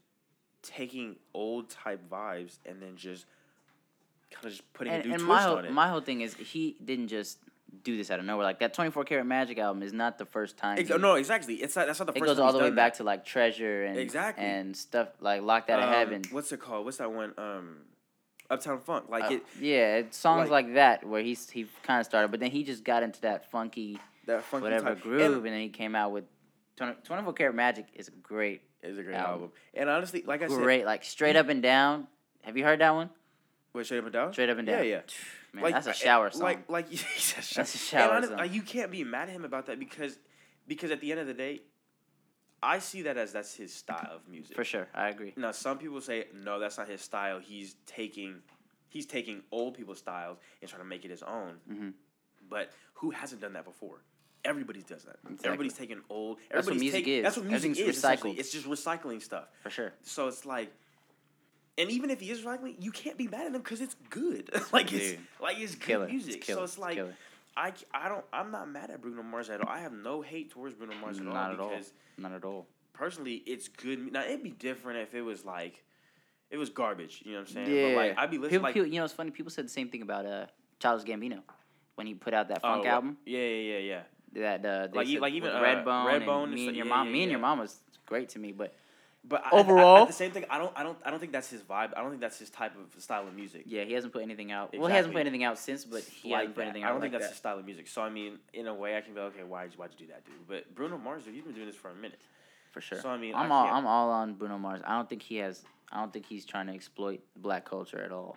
Speaker 2: taking old type vibes and then just kind of just putting
Speaker 1: And,
Speaker 2: a new
Speaker 1: and
Speaker 2: twist
Speaker 1: my whole
Speaker 2: on it.
Speaker 1: my whole thing is he didn't just do this out of nowhere. Like that 24 Karat Magic album is not the first time.
Speaker 2: Ex-
Speaker 1: he-
Speaker 2: no, exactly. It's not. That's not the
Speaker 1: it
Speaker 2: first.
Speaker 1: goes
Speaker 2: time
Speaker 1: all
Speaker 2: he's
Speaker 1: the way
Speaker 2: done that.
Speaker 1: back to like Treasure and
Speaker 2: Exactly.
Speaker 1: and stuff like Locked Out of
Speaker 2: um,
Speaker 1: Heaven.
Speaker 2: What's it called? What's that one? Um, Uptown Funk. Like
Speaker 1: Uh,
Speaker 2: it,
Speaker 1: yeah, it, songs
Speaker 2: like-
Speaker 1: like, that where he's he kind of started, but then he just got into that funky
Speaker 2: that funky
Speaker 1: whatever
Speaker 2: type.
Speaker 1: groove, and, then he came out with 20, 24 Karat Magic is a great
Speaker 2: And, it's a great album.
Speaker 1: album.
Speaker 2: And honestly, like I said,
Speaker 1: great like straight up and down. Have you heard that one?
Speaker 2: wait, straight up and down.
Speaker 1: Straight up and down.
Speaker 2: Yeah, yeah.
Speaker 1: Man, that's a shower song.
Speaker 2: Like, like that's a shower,
Speaker 1: That's a shower
Speaker 2: and honest-
Speaker 1: song.
Speaker 2: like, you can't be mad at him about that because, because at the end of the day, I see that as that's his style of music.
Speaker 1: for sure, I agree.
Speaker 2: Now, some people say no, that's not his style. He's taking, he's taking old people's styles and trying to make it his own.
Speaker 1: Mhm.
Speaker 2: But who hasn't done that before? Everybody's does that.
Speaker 1: Exactly.
Speaker 2: Everybody's taking old.
Speaker 1: That's what
Speaker 2: everybody's
Speaker 1: music
Speaker 2: taking-
Speaker 1: is.
Speaker 2: That's what music
Speaker 1: Everything's
Speaker 2: is. essentially.
Speaker 1: recycled.
Speaker 2: It's just recycling stuff.
Speaker 1: For sure.
Speaker 2: So it's like, and even if he is recycling, you can't be mad at him because it's good. like it's
Speaker 1: Dude.
Speaker 2: like it's good
Speaker 1: Killer. It's
Speaker 2: music.
Speaker 1: killer.
Speaker 2: So it's
Speaker 1: It's
Speaker 2: like,
Speaker 1: killer.
Speaker 2: I, c- I don't I'm not mad at Bruno Mars at all. I have no hate towards Bruno Mars at
Speaker 1: Not at
Speaker 2: all
Speaker 1: all.
Speaker 2: because
Speaker 1: Not at all.
Speaker 2: personally it's good. mu- Now it'd be different if it was like it was garbage. You know what I'm saying? But like
Speaker 1: Yeah.
Speaker 2: I'd be listening
Speaker 1: People,
Speaker 2: like
Speaker 1: people- you know, it's funny. People said the same thing about uh, Childish Gambino when he put out that
Speaker 2: oh,
Speaker 1: funk album.
Speaker 2: Yeah yeah yeah yeah.
Speaker 1: That uh, they
Speaker 2: Like e-
Speaker 1: said
Speaker 2: like even,
Speaker 1: with
Speaker 2: uh,
Speaker 1: Redbone,
Speaker 2: Redbone
Speaker 1: and
Speaker 2: and
Speaker 1: me
Speaker 2: stuff-
Speaker 1: and your
Speaker 2: yeah,
Speaker 1: mom.
Speaker 2: yeah,
Speaker 1: me and your
Speaker 2: yeah.
Speaker 1: mom was great to me, but
Speaker 2: But I- I, I,
Speaker 1: Overall-
Speaker 2: at the same thing I don't I don't I don't think that's his vibe. I don't think that's his type of style of music.
Speaker 1: yeah, he hasn't put anything out. Well, he hasn't put
Speaker 2: Exactly.
Speaker 1: anything out since, but he
Speaker 2: like
Speaker 1: hasn't put
Speaker 2: that.
Speaker 1: anything
Speaker 2: I
Speaker 1: out.
Speaker 2: don't think
Speaker 1: like
Speaker 2: that's
Speaker 1: that.
Speaker 2: his style of music. So I mean, in a way, I can be like, okay, why'd you, why'd you do that, dude? But Bruno Mars, dude, you've been doing this for a minute.
Speaker 1: for sure.
Speaker 2: So I mean,
Speaker 1: I'm
Speaker 2: I
Speaker 1: all
Speaker 2: can't-
Speaker 1: I'm all on Bruno Mars. I don't think he has. I don't think he's trying to exploit black culture at all.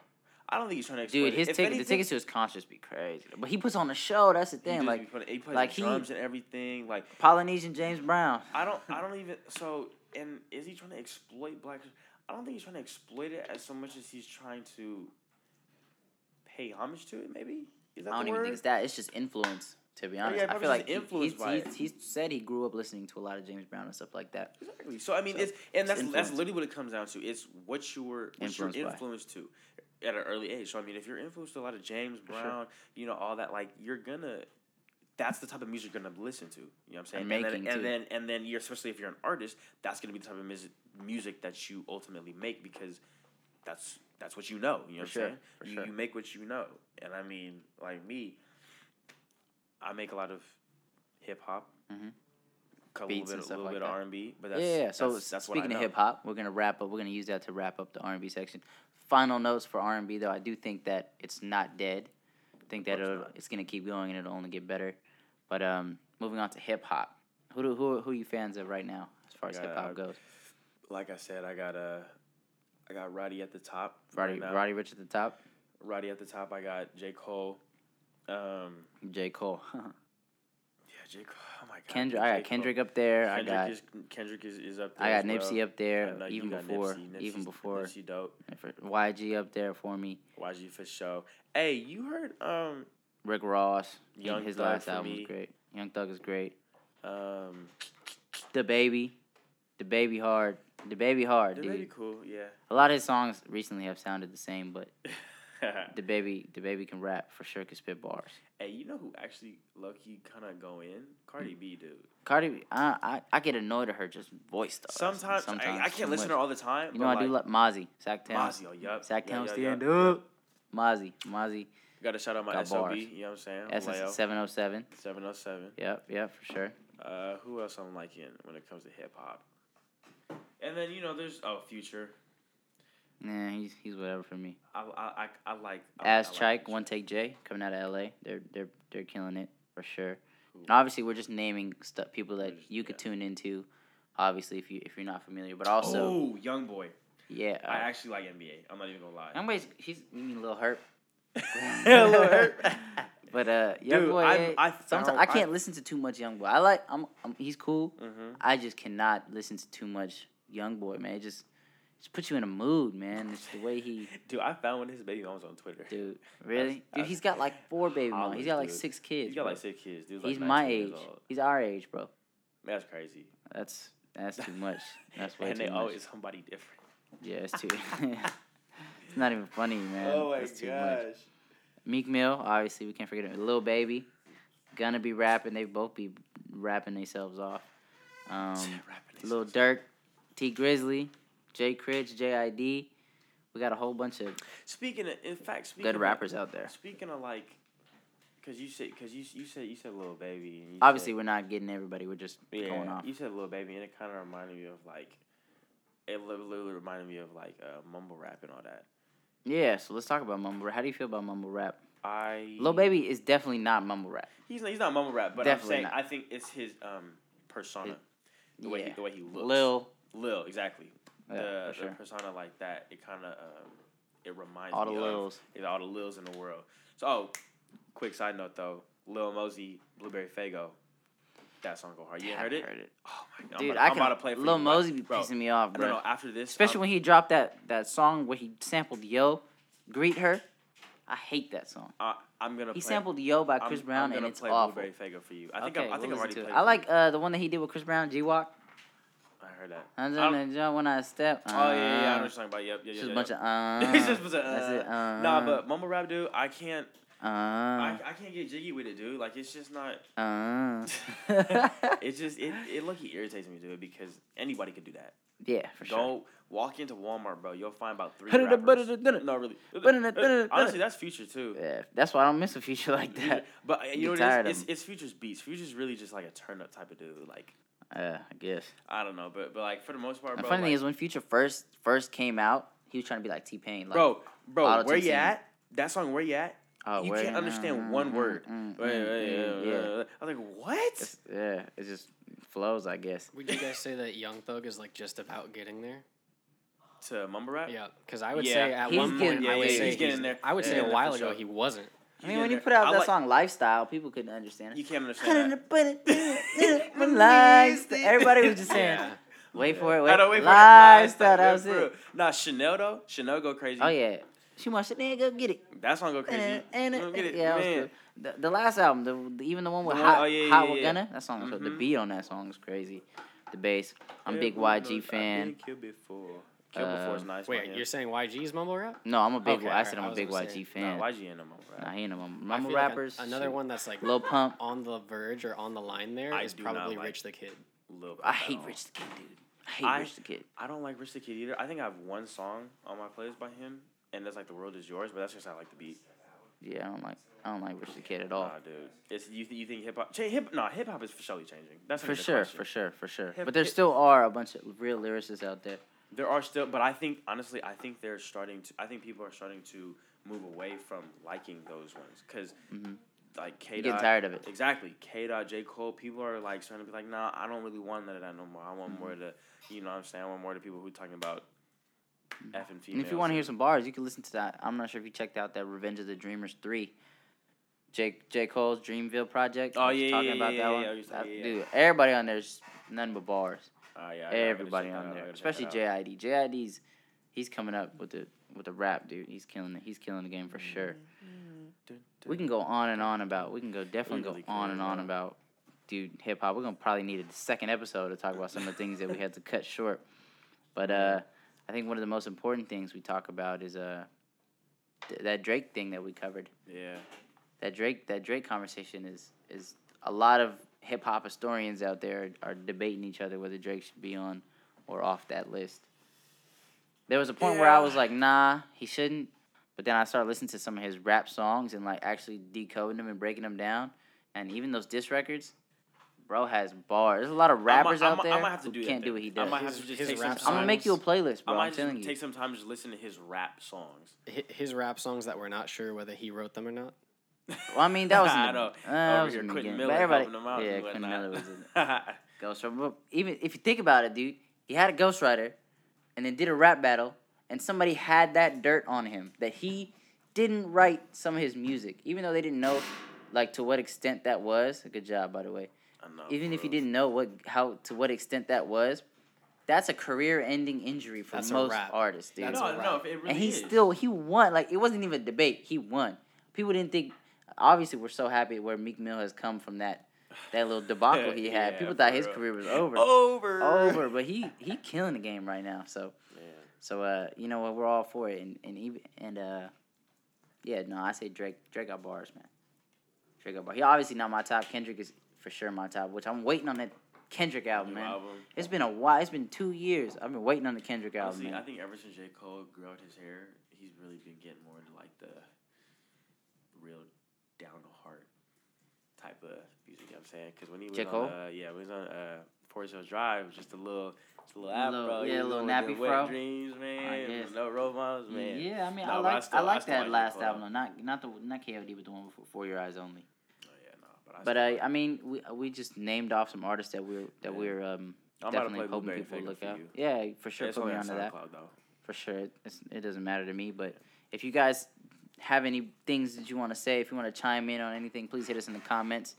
Speaker 2: I don't think he's trying to. Exploit
Speaker 1: Dude, his
Speaker 2: it. If
Speaker 1: ticket, the
Speaker 2: anything,
Speaker 1: tickets to his concerts be crazy. But he puts on a show. That's the
Speaker 2: he
Speaker 1: thing.
Speaker 2: does
Speaker 1: Like
Speaker 2: be funny. he plays
Speaker 1: like
Speaker 2: the
Speaker 1: he-
Speaker 2: drums and everything. Like
Speaker 1: Polynesian James Brown.
Speaker 2: I don't, I don't even. So and is he trying to exploit black? I don't think he's trying to exploit it as so much as he's trying to pay homage to it. Maybe is that
Speaker 1: I don't
Speaker 2: the
Speaker 1: even
Speaker 2: word?
Speaker 1: think it's that. It's just influence, to be honest.
Speaker 2: yeah,
Speaker 1: I
Speaker 2: probably
Speaker 1: feel
Speaker 2: just
Speaker 1: like he-
Speaker 2: influenced
Speaker 1: he's,
Speaker 2: by
Speaker 1: he's, he's said he grew up listening to a lot of James Brown and stuff like that.
Speaker 2: Exactly. So I mean,
Speaker 1: So,
Speaker 2: it's and that's that's
Speaker 1: influence.
Speaker 2: literally what it comes down to. It's what you were what you're
Speaker 1: Influenced by.
Speaker 2: influenced to at an early age. So I mean, if you're influenced to a lot of James
Speaker 1: sure.
Speaker 2: Brown, you know all that, like you're gonna. That's the type of music you're gonna listen to. You know what I'm saying?
Speaker 1: And
Speaker 2: then,
Speaker 1: making,
Speaker 2: and
Speaker 1: too.
Speaker 2: then and then you're especially if you're an artist, that's gonna be the type of music music that you ultimately make because that's that's what you know. You know what
Speaker 1: For sure,
Speaker 2: I'm saying?
Speaker 1: for
Speaker 2: You,
Speaker 1: sure.
Speaker 2: you make what you know, and I mean, like me, I make a lot of hip hop.
Speaker 1: Mhm.
Speaker 2: A little
Speaker 1: Beats
Speaker 2: bit,
Speaker 1: and
Speaker 2: a
Speaker 1: stuff
Speaker 2: little
Speaker 1: like
Speaker 2: bit
Speaker 1: that.
Speaker 2: R and B, but
Speaker 1: Yeah,
Speaker 2: that's,
Speaker 1: yeah, yeah. So
Speaker 2: that's, that's what I
Speaker 1: speaking of
Speaker 2: know.
Speaker 1: hip hop, we're gonna wrap up. We're gonna use that to wrap up the R and B section. Final notes for R and B though. I do think that it's not dead. I think that
Speaker 2: No, it's
Speaker 1: it'll,
Speaker 2: not.
Speaker 1: it's gonna keep going and it'll only get better. But um, moving on to hip hop. Who do, who who are you fans of right now as far as
Speaker 2: Yeah,
Speaker 1: hip
Speaker 2: I-
Speaker 1: hop goes?
Speaker 2: Like I said, I got uh, I got Roddy at the top.
Speaker 1: Roddy
Speaker 2: right now.
Speaker 1: Roddy Rich at the top.
Speaker 2: Roddy at the top. I got J Cole. Um,
Speaker 1: J Cole.
Speaker 2: yeah, J Cole. Oh my god.
Speaker 1: Kendrick.
Speaker 2: J.
Speaker 1: I got
Speaker 2: Cole.
Speaker 1: Kendrick up there.
Speaker 2: Kendrick
Speaker 1: I got
Speaker 2: is Kendrick is, is up there.
Speaker 1: I
Speaker 2: as
Speaker 1: got Nipsey
Speaker 2: well.
Speaker 1: up
Speaker 2: I
Speaker 1: there
Speaker 2: know you
Speaker 1: even
Speaker 2: got
Speaker 1: before
Speaker 2: Nipsey.
Speaker 1: even
Speaker 2: Nipsey's-
Speaker 1: before
Speaker 2: Nipsey dope.
Speaker 1: For- YG up there for me.
Speaker 2: YG for show. Hey, you heard um
Speaker 1: Rick Ross. he-
Speaker 2: Young
Speaker 1: his
Speaker 2: Thug
Speaker 1: last
Speaker 2: for
Speaker 1: album was
Speaker 2: me.
Speaker 1: great. Young Thug is great.
Speaker 2: um
Speaker 1: The baby, the baby hard, the baby hard,
Speaker 2: they're
Speaker 1: dude.
Speaker 2: maybe cool, yeah.
Speaker 1: A lot of his songs recently have sounded the same, but the baby, the baby can rap for sure. Can spit bars.
Speaker 2: hey, you know who actually low key kinda go in? Cardi B dude.
Speaker 1: Cardi, B- I, I, I get annoyed at her just voice stuff.
Speaker 2: Sometimes, I, I can't listen to her all the time.
Speaker 1: You
Speaker 2: but
Speaker 1: know, I
Speaker 2: like,
Speaker 1: do love Mozzie, Sack Town.
Speaker 2: Mozzie, oh, yup.
Speaker 1: Sack
Speaker 2: Yeah,
Speaker 1: Town,
Speaker 2: yeah,
Speaker 1: stand
Speaker 2: yeah.
Speaker 1: up. Mozzie, Mozzie,
Speaker 2: Got to shout out my
Speaker 1: Got
Speaker 2: SOB.
Speaker 1: bars.
Speaker 2: You know what I'm saying? Leo,
Speaker 1: Essence 707.
Speaker 2: 707.
Speaker 1: Yep, yep, for sure.
Speaker 2: Uh, who else I'm liking when it comes to hip hop? And then you know, there's oh Future.
Speaker 1: Nah, he's, he's whatever for me.
Speaker 2: I I I, I like I,
Speaker 1: As
Speaker 2: I like
Speaker 1: Chike,
Speaker 2: Future.
Speaker 1: One Take J, coming out of LA. They're they're they're killing it for sure. And obviously, we're just naming stuff people that
Speaker 2: We're just-
Speaker 1: you could
Speaker 2: yeah.
Speaker 1: tune into. Obviously, if you if you're not familiar, but also
Speaker 2: oh Young Boy.
Speaker 1: yeah,
Speaker 2: I
Speaker 1: uh,
Speaker 2: actually like NBA. I'm not even gonna lie.
Speaker 1: Youngboy's he's you mean Lil Herp,
Speaker 2: Lil Herp.
Speaker 1: but uh, Youngboy,
Speaker 2: I'm- I
Speaker 1: I,
Speaker 2: found-
Speaker 1: I can't listen to too much Youngboy. I like I'm, I'm he's cool.
Speaker 2: Mhm.
Speaker 1: I just cannot listen to too much Youngboy, man. It just just puts you in a mood, man. It's the way he.
Speaker 2: Dude, I found one of his baby mamas on Twitter.
Speaker 1: Dude, really? Dude,
Speaker 2: that's
Speaker 1: he's got like four baby mamas.
Speaker 2: hollers,
Speaker 1: He's got like
Speaker 2: dude.
Speaker 1: six kids.
Speaker 2: He's got
Speaker 1: bro.
Speaker 2: like six kids. Dude's
Speaker 1: He's
Speaker 2: like
Speaker 1: my
Speaker 2: 19
Speaker 1: age.
Speaker 2: years old.
Speaker 1: He's our age, bro.
Speaker 2: That's crazy.
Speaker 1: That's that's too much. That's way
Speaker 2: and
Speaker 1: too
Speaker 2: they
Speaker 1: much.
Speaker 2: always somebody different.
Speaker 1: Yeah, it's too. it's not even funny, man.
Speaker 2: Oh
Speaker 1: That's too much. Meek Mill, obviously we can't forget him. Lil Baby, gonna be rapping. They both be rapping themselves off. Um,
Speaker 2: Rapping is
Speaker 1: Lil Durk, T Grizzly, J Critch, JID. We got a whole bunch of
Speaker 2: Speaking of, in fact, speaking
Speaker 1: good
Speaker 2: of-
Speaker 1: rappers out there.
Speaker 2: Speaking of like, cause you said, cause you you said you said little baby. And you
Speaker 1: Obviously,
Speaker 2: said,
Speaker 1: we're not getting everybody. We're just
Speaker 2: yeah,
Speaker 1: going off.
Speaker 2: you said little baby, and it kind of reminded me of like, it li- literally reminded me of like uh, mumble rap and all that.
Speaker 1: Yeah, so let's talk about mumble. rap. How do you feel about mumble rap?
Speaker 2: I
Speaker 1: Lil Baby is definitely not mumble rap.
Speaker 2: he's not, he's not mumble rap, but
Speaker 1: Definitely
Speaker 2: I'm saying
Speaker 1: not.
Speaker 2: I think it's his um persona, the way
Speaker 1: yeah.
Speaker 2: he, the way he looks.
Speaker 1: Lil,
Speaker 2: Lil, exactly.
Speaker 1: Yeah,
Speaker 2: the,
Speaker 1: for sure.
Speaker 2: the persona like that, it kind of um, it reminds
Speaker 1: all the
Speaker 2: me of
Speaker 1: lils.
Speaker 2: it's all the Lils in the world. So, oh, quick side note though, Lil Mosey, Blueberry Fago, that song go hard. You ain't heard it? Oh my god,
Speaker 1: Dude,
Speaker 2: I'm, about,
Speaker 1: I
Speaker 2: I'm
Speaker 1: can,
Speaker 2: about to play it for
Speaker 1: Lil
Speaker 2: you, but,
Speaker 1: Mosey be
Speaker 2: bro,
Speaker 1: pissing me off,
Speaker 2: I don't
Speaker 1: bro.
Speaker 2: know. After this,
Speaker 1: Especially when he dropped that, that song where he sampled Yo, Greet Her. I hate that song.
Speaker 2: I, I'm gonna
Speaker 1: He
Speaker 2: play,
Speaker 1: sampled Yo by
Speaker 2: I'm-
Speaker 1: Chris
Speaker 2: I'm
Speaker 1: Brown
Speaker 2: gonna
Speaker 1: and it's
Speaker 2: play
Speaker 1: awful.
Speaker 2: Blueberry Fago for you. I think
Speaker 1: okay,
Speaker 2: I, I think
Speaker 1: we'll
Speaker 2: I've already
Speaker 1: listen to it.
Speaker 2: played. it
Speaker 1: I
Speaker 2: for
Speaker 1: like uh, the one that he did with Chris Brown, G Walk.
Speaker 2: you. I heard that.
Speaker 1: I'm
Speaker 2: I don't-
Speaker 1: gonna jump when I step.
Speaker 2: oh yeah, yeah, yeah, I know
Speaker 1: uh,
Speaker 2: what you're talking about. Yep, yeah, yeah.
Speaker 1: Just a
Speaker 2: yeah,
Speaker 1: bunch of uh.
Speaker 2: It's just a bunch of,
Speaker 1: That's it,
Speaker 2: uh, nah,
Speaker 1: uh.
Speaker 2: but mumble rap, dude, I can't.
Speaker 1: Uh,
Speaker 2: I, I can't get jiggy with it, dude. Like it's just not.
Speaker 1: uh.
Speaker 2: It just it it lucky irritates me, dude. Because anybody could do that.
Speaker 1: yeah, for sure.
Speaker 2: Go walk into Walmart, bro. You'll find about three. rappers.
Speaker 1: Yeah,
Speaker 2: No, really.
Speaker 1: Ba-da-da-da-da-da.
Speaker 2: Honestly, that's future too.
Speaker 1: that's why I don't miss a future like
Speaker 2: Future-
Speaker 1: that.
Speaker 2: But uh, you know what
Speaker 1: tired of
Speaker 2: it is? It's,
Speaker 1: him.
Speaker 2: it's Future's beats. Future's really just like a turn up type of dude. Like
Speaker 1: Uh, I guess.
Speaker 2: I don't know, but but like for the most part,
Speaker 1: The
Speaker 2: bro.
Speaker 1: funny
Speaker 2: like,
Speaker 1: thing is, when Future first first came out, he was trying to be like T Pain. Like,
Speaker 2: bro, bro,
Speaker 1: auto-tune
Speaker 2: where you
Speaker 1: singing.
Speaker 2: at? That song, where you at?
Speaker 1: oh,
Speaker 2: you
Speaker 1: where-
Speaker 2: can't understand
Speaker 1: mm,
Speaker 2: one
Speaker 1: mm,
Speaker 2: word.
Speaker 1: mm, mm,
Speaker 2: Wait, wait,
Speaker 1: mm,
Speaker 2: yeah,
Speaker 1: yeah.
Speaker 2: yeah. I was like, what?
Speaker 1: It's- yeah, it just flows, I guess.
Speaker 3: Would you guys say that Young Thug is like just about getting there?
Speaker 2: To mumble rap?
Speaker 3: Yeah, because I would
Speaker 2: Yeah.
Speaker 3: say at
Speaker 1: He's
Speaker 3: one
Speaker 1: getting-
Speaker 3: point
Speaker 1: yeah,
Speaker 3: I would
Speaker 1: yeah,
Speaker 3: say
Speaker 1: he's
Speaker 2: getting there.
Speaker 3: I would
Speaker 2: Yeah,
Speaker 3: say
Speaker 2: yeah,
Speaker 3: a while
Speaker 2: for
Speaker 3: ago
Speaker 2: sure.
Speaker 3: he wasn't.
Speaker 1: I mean, when you
Speaker 2: getting
Speaker 1: put
Speaker 2: there.
Speaker 1: out
Speaker 2: I
Speaker 1: that
Speaker 2: like-
Speaker 1: song "Lifestyle," people couldn't understand
Speaker 2: You
Speaker 1: it. uh,
Speaker 2: can't understand that.
Speaker 1: Relax. Everybody was just saying,
Speaker 3: Yeah.
Speaker 1: "Wait for it,
Speaker 2: I
Speaker 1: wait,
Speaker 2: don't wait for it. Nah, it's
Speaker 1: lifestyle."
Speaker 2: not
Speaker 1: That
Speaker 2: good
Speaker 1: was
Speaker 2: for
Speaker 1: it.
Speaker 2: real. Nah, Chanel though. Chanel go crazy.
Speaker 1: Oh yeah, she wants to go get it.
Speaker 2: That song go crazy.
Speaker 1: And, and,
Speaker 2: Go get it,
Speaker 1: yeah, that was
Speaker 2: man.
Speaker 1: good. The, the last album, the, the- even the one with
Speaker 2: The one-
Speaker 1: Hot,
Speaker 2: oh, yeah,
Speaker 1: Hot
Speaker 2: yeah,
Speaker 1: with
Speaker 2: yeah.
Speaker 1: Gunna, that song, is so the
Speaker 2: Mhm.
Speaker 1: beat on that song is crazy. The bass. I'm a big YG
Speaker 2: Everyone knows I've
Speaker 1: fan.
Speaker 2: been Killed before. Killed before is
Speaker 1: Um,
Speaker 2: nice.
Speaker 3: Wait,
Speaker 2: man.
Speaker 3: you're saying YG's mumble rap?
Speaker 1: No, I'm a big.
Speaker 3: Okay,
Speaker 1: I said
Speaker 3: alright,
Speaker 1: I'm
Speaker 3: I
Speaker 1: a
Speaker 3: was
Speaker 1: big
Speaker 3: gonna
Speaker 1: YG
Speaker 3: say,
Speaker 1: fan.
Speaker 2: Nah, YG ain't no mumble
Speaker 1: I
Speaker 2: rap.
Speaker 1: him. I'm,
Speaker 3: I
Speaker 1: I'm a
Speaker 3: feel like an-
Speaker 1: rappers.
Speaker 3: another one that's like
Speaker 1: Lil Pump.
Speaker 3: on the verge or on the line there is
Speaker 2: I do not
Speaker 3: probably
Speaker 2: like-
Speaker 3: Rich the Kid.
Speaker 2: Lil Pump
Speaker 1: I
Speaker 2: at
Speaker 1: hate
Speaker 2: all.
Speaker 1: Rich the Kid, dude. I hate
Speaker 2: uh, I-
Speaker 1: Rich the Kid.
Speaker 2: I don't like Rich the Kid either. I think I have one song on my playlist by him, and that's like "The World Is Yours," but that's just how I like the beat.
Speaker 1: Yeah, I don't like. I don't like Rich the Kid at all.
Speaker 2: Nah, dude. It's you. Th- you think hip hop? Ch- hip? Nah, hip hop is for surely changing. That's
Speaker 1: for sure, for sure, for sure.
Speaker 2: Hip-
Speaker 1: But there
Speaker 2: hip-
Speaker 1: still are a bunch of real lyricists out there.
Speaker 2: There are still, but I think honestly, I think they're starting to. I think people are starting to move away from liking those ones because, like K.
Speaker 1: Mm-hmm. You get tired of it.
Speaker 2: Exactly. K. Dot, J. Cole, people are like starting to be like, nah, I don't really want none of that no more. I
Speaker 1: Mm-hmm.
Speaker 2: want more of the, you know what I'm saying? I want more of the people who talking about F and
Speaker 1: Mm-hmm. And
Speaker 2: females.
Speaker 1: if you want to hear some bars, you can listen to that. I'm not sure if you checked out that Revenge of the Dreamers three. Jake J Cole's Dreamville project.
Speaker 2: Oh,
Speaker 1: I was
Speaker 2: yeah,
Speaker 1: talking
Speaker 2: yeah,
Speaker 1: about
Speaker 2: yeah,
Speaker 1: that
Speaker 2: yeah,
Speaker 1: one.
Speaker 2: yeah, I used to-
Speaker 1: That-
Speaker 2: yeah, yeah.
Speaker 1: Dude, everybody on there's nothing but bars.
Speaker 2: Ah, yeah, I gotta- I gotta
Speaker 1: everybody
Speaker 2: check that
Speaker 1: on
Speaker 2: out. I
Speaker 1: there,
Speaker 2: gotta check
Speaker 1: especially
Speaker 2: that out.
Speaker 1: JID. JID's he's coming up with the with the rap, dude. He's killing it. He's killing the game for sure. We can go on and on about. We can go definitely go
Speaker 2: really
Speaker 1: on
Speaker 2: could,
Speaker 1: and on
Speaker 2: yeah.
Speaker 1: about dude hip hop. We're gonna probably need a second episode to talk about some of the things that we had to cut short. But uh, I think one of the most important things we talk about is uh th- that Drake thing that we covered.
Speaker 2: Yeah.
Speaker 1: That Drake that Drake conversation is is a lot of hip hop historians out there are debating each other whether Drake should be on or off that list. There was a point where I was like, nah, he shouldn't. But then I started listening to some of his rap songs and like actually decoding them and breaking them down. And even those diss records, bro has bars. There's a lot of rappers
Speaker 2: I'm,
Speaker 1: out there
Speaker 2: I might have to
Speaker 1: who
Speaker 2: do that
Speaker 1: can't do
Speaker 2: then.
Speaker 1: what he
Speaker 2: I
Speaker 1: does.
Speaker 2: might have
Speaker 3: His-
Speaker 2: to just
Speaker 3: his
Speaker 2: take
Speaker 3: rap
Speaker 2: some
Speaker 1: I'm gonna make you a
Speaker 3: songs.
Speaker 1: playlist,
Speaker 2: I
Speaker 1: bro. I'm
Speaker 2: might
Speaker 1: telling
Speaker 2: just
Speaker 1: you.
Speaker 2: take some time to just listen to his rap songs.
Speaker 3: Hi- His rap songs that we're not sure whether he wrote them or not.
Speaker 1: Well, I mean, that was in
Speaker 2: I
Speaker 1: the-
Speaker 2: know.
Speaker 1: uh, that
Speaker 2: Over
Speaker 1: was
Speaker 2: here,
Speaker 1: in the
Speaker 2: Quentin
Speaker 1: beginning,
Speaker 2: Miller
Speaker 1: but everybody-
Speaker 2: helping him out
Speaker 1: yeah,
Speaker 2: and
Speaker 1: Quentin
Speaker 2: whatnot.
Speaker 1: Miller was in Ghostwriter. But even if you think about it, dude, he had a ghostwriter and then did a rap battle, and somebody had that dirt on him that he didn't write some of his music, even though they didn't know like to what extent that was. Good job, by the way.
Speaker 2: I know,
Speaker 1: Even
Speaker 2: for
Speaker 1: if you
Speaker 2: real.
Speaker 1: didn't know what how to what extent that was, that's a career-ending injury for
Speaker 3: That's a
Speaker 1: most
Speaker 3: wrap.
Speaker 1: artists, dude.
Speaker 3: That's
Speaker 2: No,
Speaker 3: a
Speaker 2: no,
Speaker 3: rap.
Speaker 2: it really
Speaker 1: and he
Speaker 2: is.
Speaker 1: still he won. Like it wasn't even a debate. He won. People didn't think. Obviously, we're so happy where Meek Mill has come from that that little debacle he had.
Speaker 2: Yeah,
Speaker 1: People thought his
Speaker 2: for
Speaker 1: career
Speaker 2: real.
Speaker 1: was over
Speaker 2: over.
Speaker 1: over, but he he killing the game right now. So
Speaker 2: Yeah.
Speaker 1: so uh, you know what? We're all for it, and and even and uh, yeah, no, I say Drake Drake got bars, man. Drake got bars. He obviously not my top. Kendrick is for sure my top, which I'm waiting on that Kendrick album,
Speaker 2: New
Speaker 1: man.
Speaker 2: album.
Speaker 1: It's been a while. It's been two years. I've been waiting on the Kendrick album.
Speaker 2: Honestly,
Speaker 1: man.
Speaker 2: I think ever since J. Cole grew out his hair, he's really been getting more into like the real down to heart type of music. You know what I'm saying? Because when he was
Speaker 1: J.
Speaker 2: on,
Speaker 1: Cole?
Speaker 2: uh, yeah, when he was on uh, Forest Hills Drive, it was just a little, just a little
Speaker 1: Little-
Speaker 2: afro,
Speaker 1: yeah,
Speaker 2: you
Speaker 1: a
Speaker 2: know,
Speaker 1: little
Speaker 2: with the
Speaker 1: nappy
Speaker 2: wet
Speaker 1: fro.
Speaker 2: dreams, man.
Speaker 1: guess.
Speaker 2: No role models, man.
Speaker 1: Yeah, I mean,
Speaker 2: Nah,
Speaker 1: I
Speaker 2: but
Speaker 1: like I,
Speaker 2: still-
Speaker 1: like
Speaker 2: still
Speaker 1: that
Speaker 2: J.
Speaker 1: last
Speaker 2: Cole.
Speaker 1: album, though. not not the not KOD, but the one before For Your Eyes Only.
Speaker 2: Oh, yeah, no, but I,
Speaker 1: But
Speaker 2: still
Speaker 1: uh,
Speaker 2: like-
Speaker 1: I mean, we we just named off some artists that we're that
Speaker 2: Yeah.
Speaker 1: we're um
Speaker 2: I'm about to
Speaker 1: definitely
Speaker 2: play
Speaker 1: hoping
Speaker 2: Blueberry
Speaker 1: people
Speaker 2: Faker
Speaker 1: look
Speaker 2: for
Speaker 1: out.
Speaker 2: you.
Speaker 1: Yeah, for sure.
Speaker 2: it's
Speaker 1: put me
Speaker 2: only on
Speaker 1: onto that
Speaker 2: SoundCloud, though.
Speaker 1: for sure. It- It's, it doesn't matter to me, but if you guys have any things that you want to say, if you want to chime in on anything, please hit us in the comments.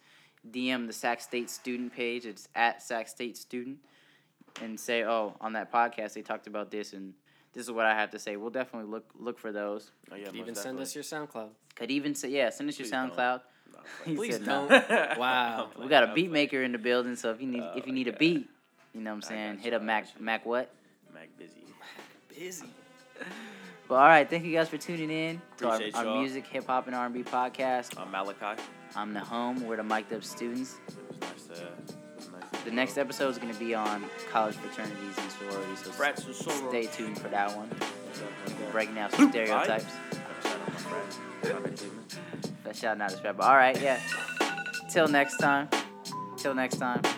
Speaker 1: DM the Sac State Student page. It's at Sac State Student, and say, "Oh, on that podcast they talked about this, and this is what I have to say." We'll definitely look look for those.
Speaker 2: Oh, yeah,
Speaker 3: You could
Speaker 2: most
Speaker 3: even send us
Speaker 2: definitely.
Speaker 3: your SoundCloud.
Speaker 1: Could even say, "Yeah, send us your
Speaker 2: Please don't.
Speaker 1: SoundCloud."
Speaker 2: No,
Speaker 1: He
Speaker 2: but-
Speaker 3: Please
Speaker 1: said no.
Speaker 3: don't. Wow.
Speaker 1: We got a
Speaker 2: I'm
Speaker 1: beat
Speaker 2: playing.
Speaker 1: maker in the building, so if you need if
Speaker 2: Oh
Speaker 1: you
Speaker 2: my
Speaker 1: need a
Speaker 2: God.
Speaker 1: beat, you know what I'm
Speaker 2: I
Speaker 1: saying,
Speaker 2: got
Speaker 1: hit
Speaker 2: you,
Speaker 1: up
Speaker 2: I
Speaker 1: Mac
Speaker 2: got you.
Speaker 1: Mac what?
Speaker 2: Mac busy.
Speaker 3: Busy.
Speaker 1: Well, all right. Thank you guys for tuning in to our,
Speaker 2: Appreciate
Speaker 1: our
Speaker 2: y'all.
Speaker 1: music, hip hop, and R and B podcast.
Speaker 2: I'm Uh, Malachi.
Speaker 1: I'm the home. We're the mic'd up students.
Speaker 2: It's nice to, it's nice to
Speaker 1: The next episode is going to be on college fraternities and sororities. So
Speaker 2: Brats and sorors.
Speaker 1: stay tuned for that one.
Speaker 2: Something like that.
Speaker 1: Breaking out some
Speaker 2: Aight.
Speaker 1: stereotypes.
Speaker 2: Shout out my friends. My big team.
Speaker 1: That shout out is rapper. All right, yeah. Till next time. Till next time.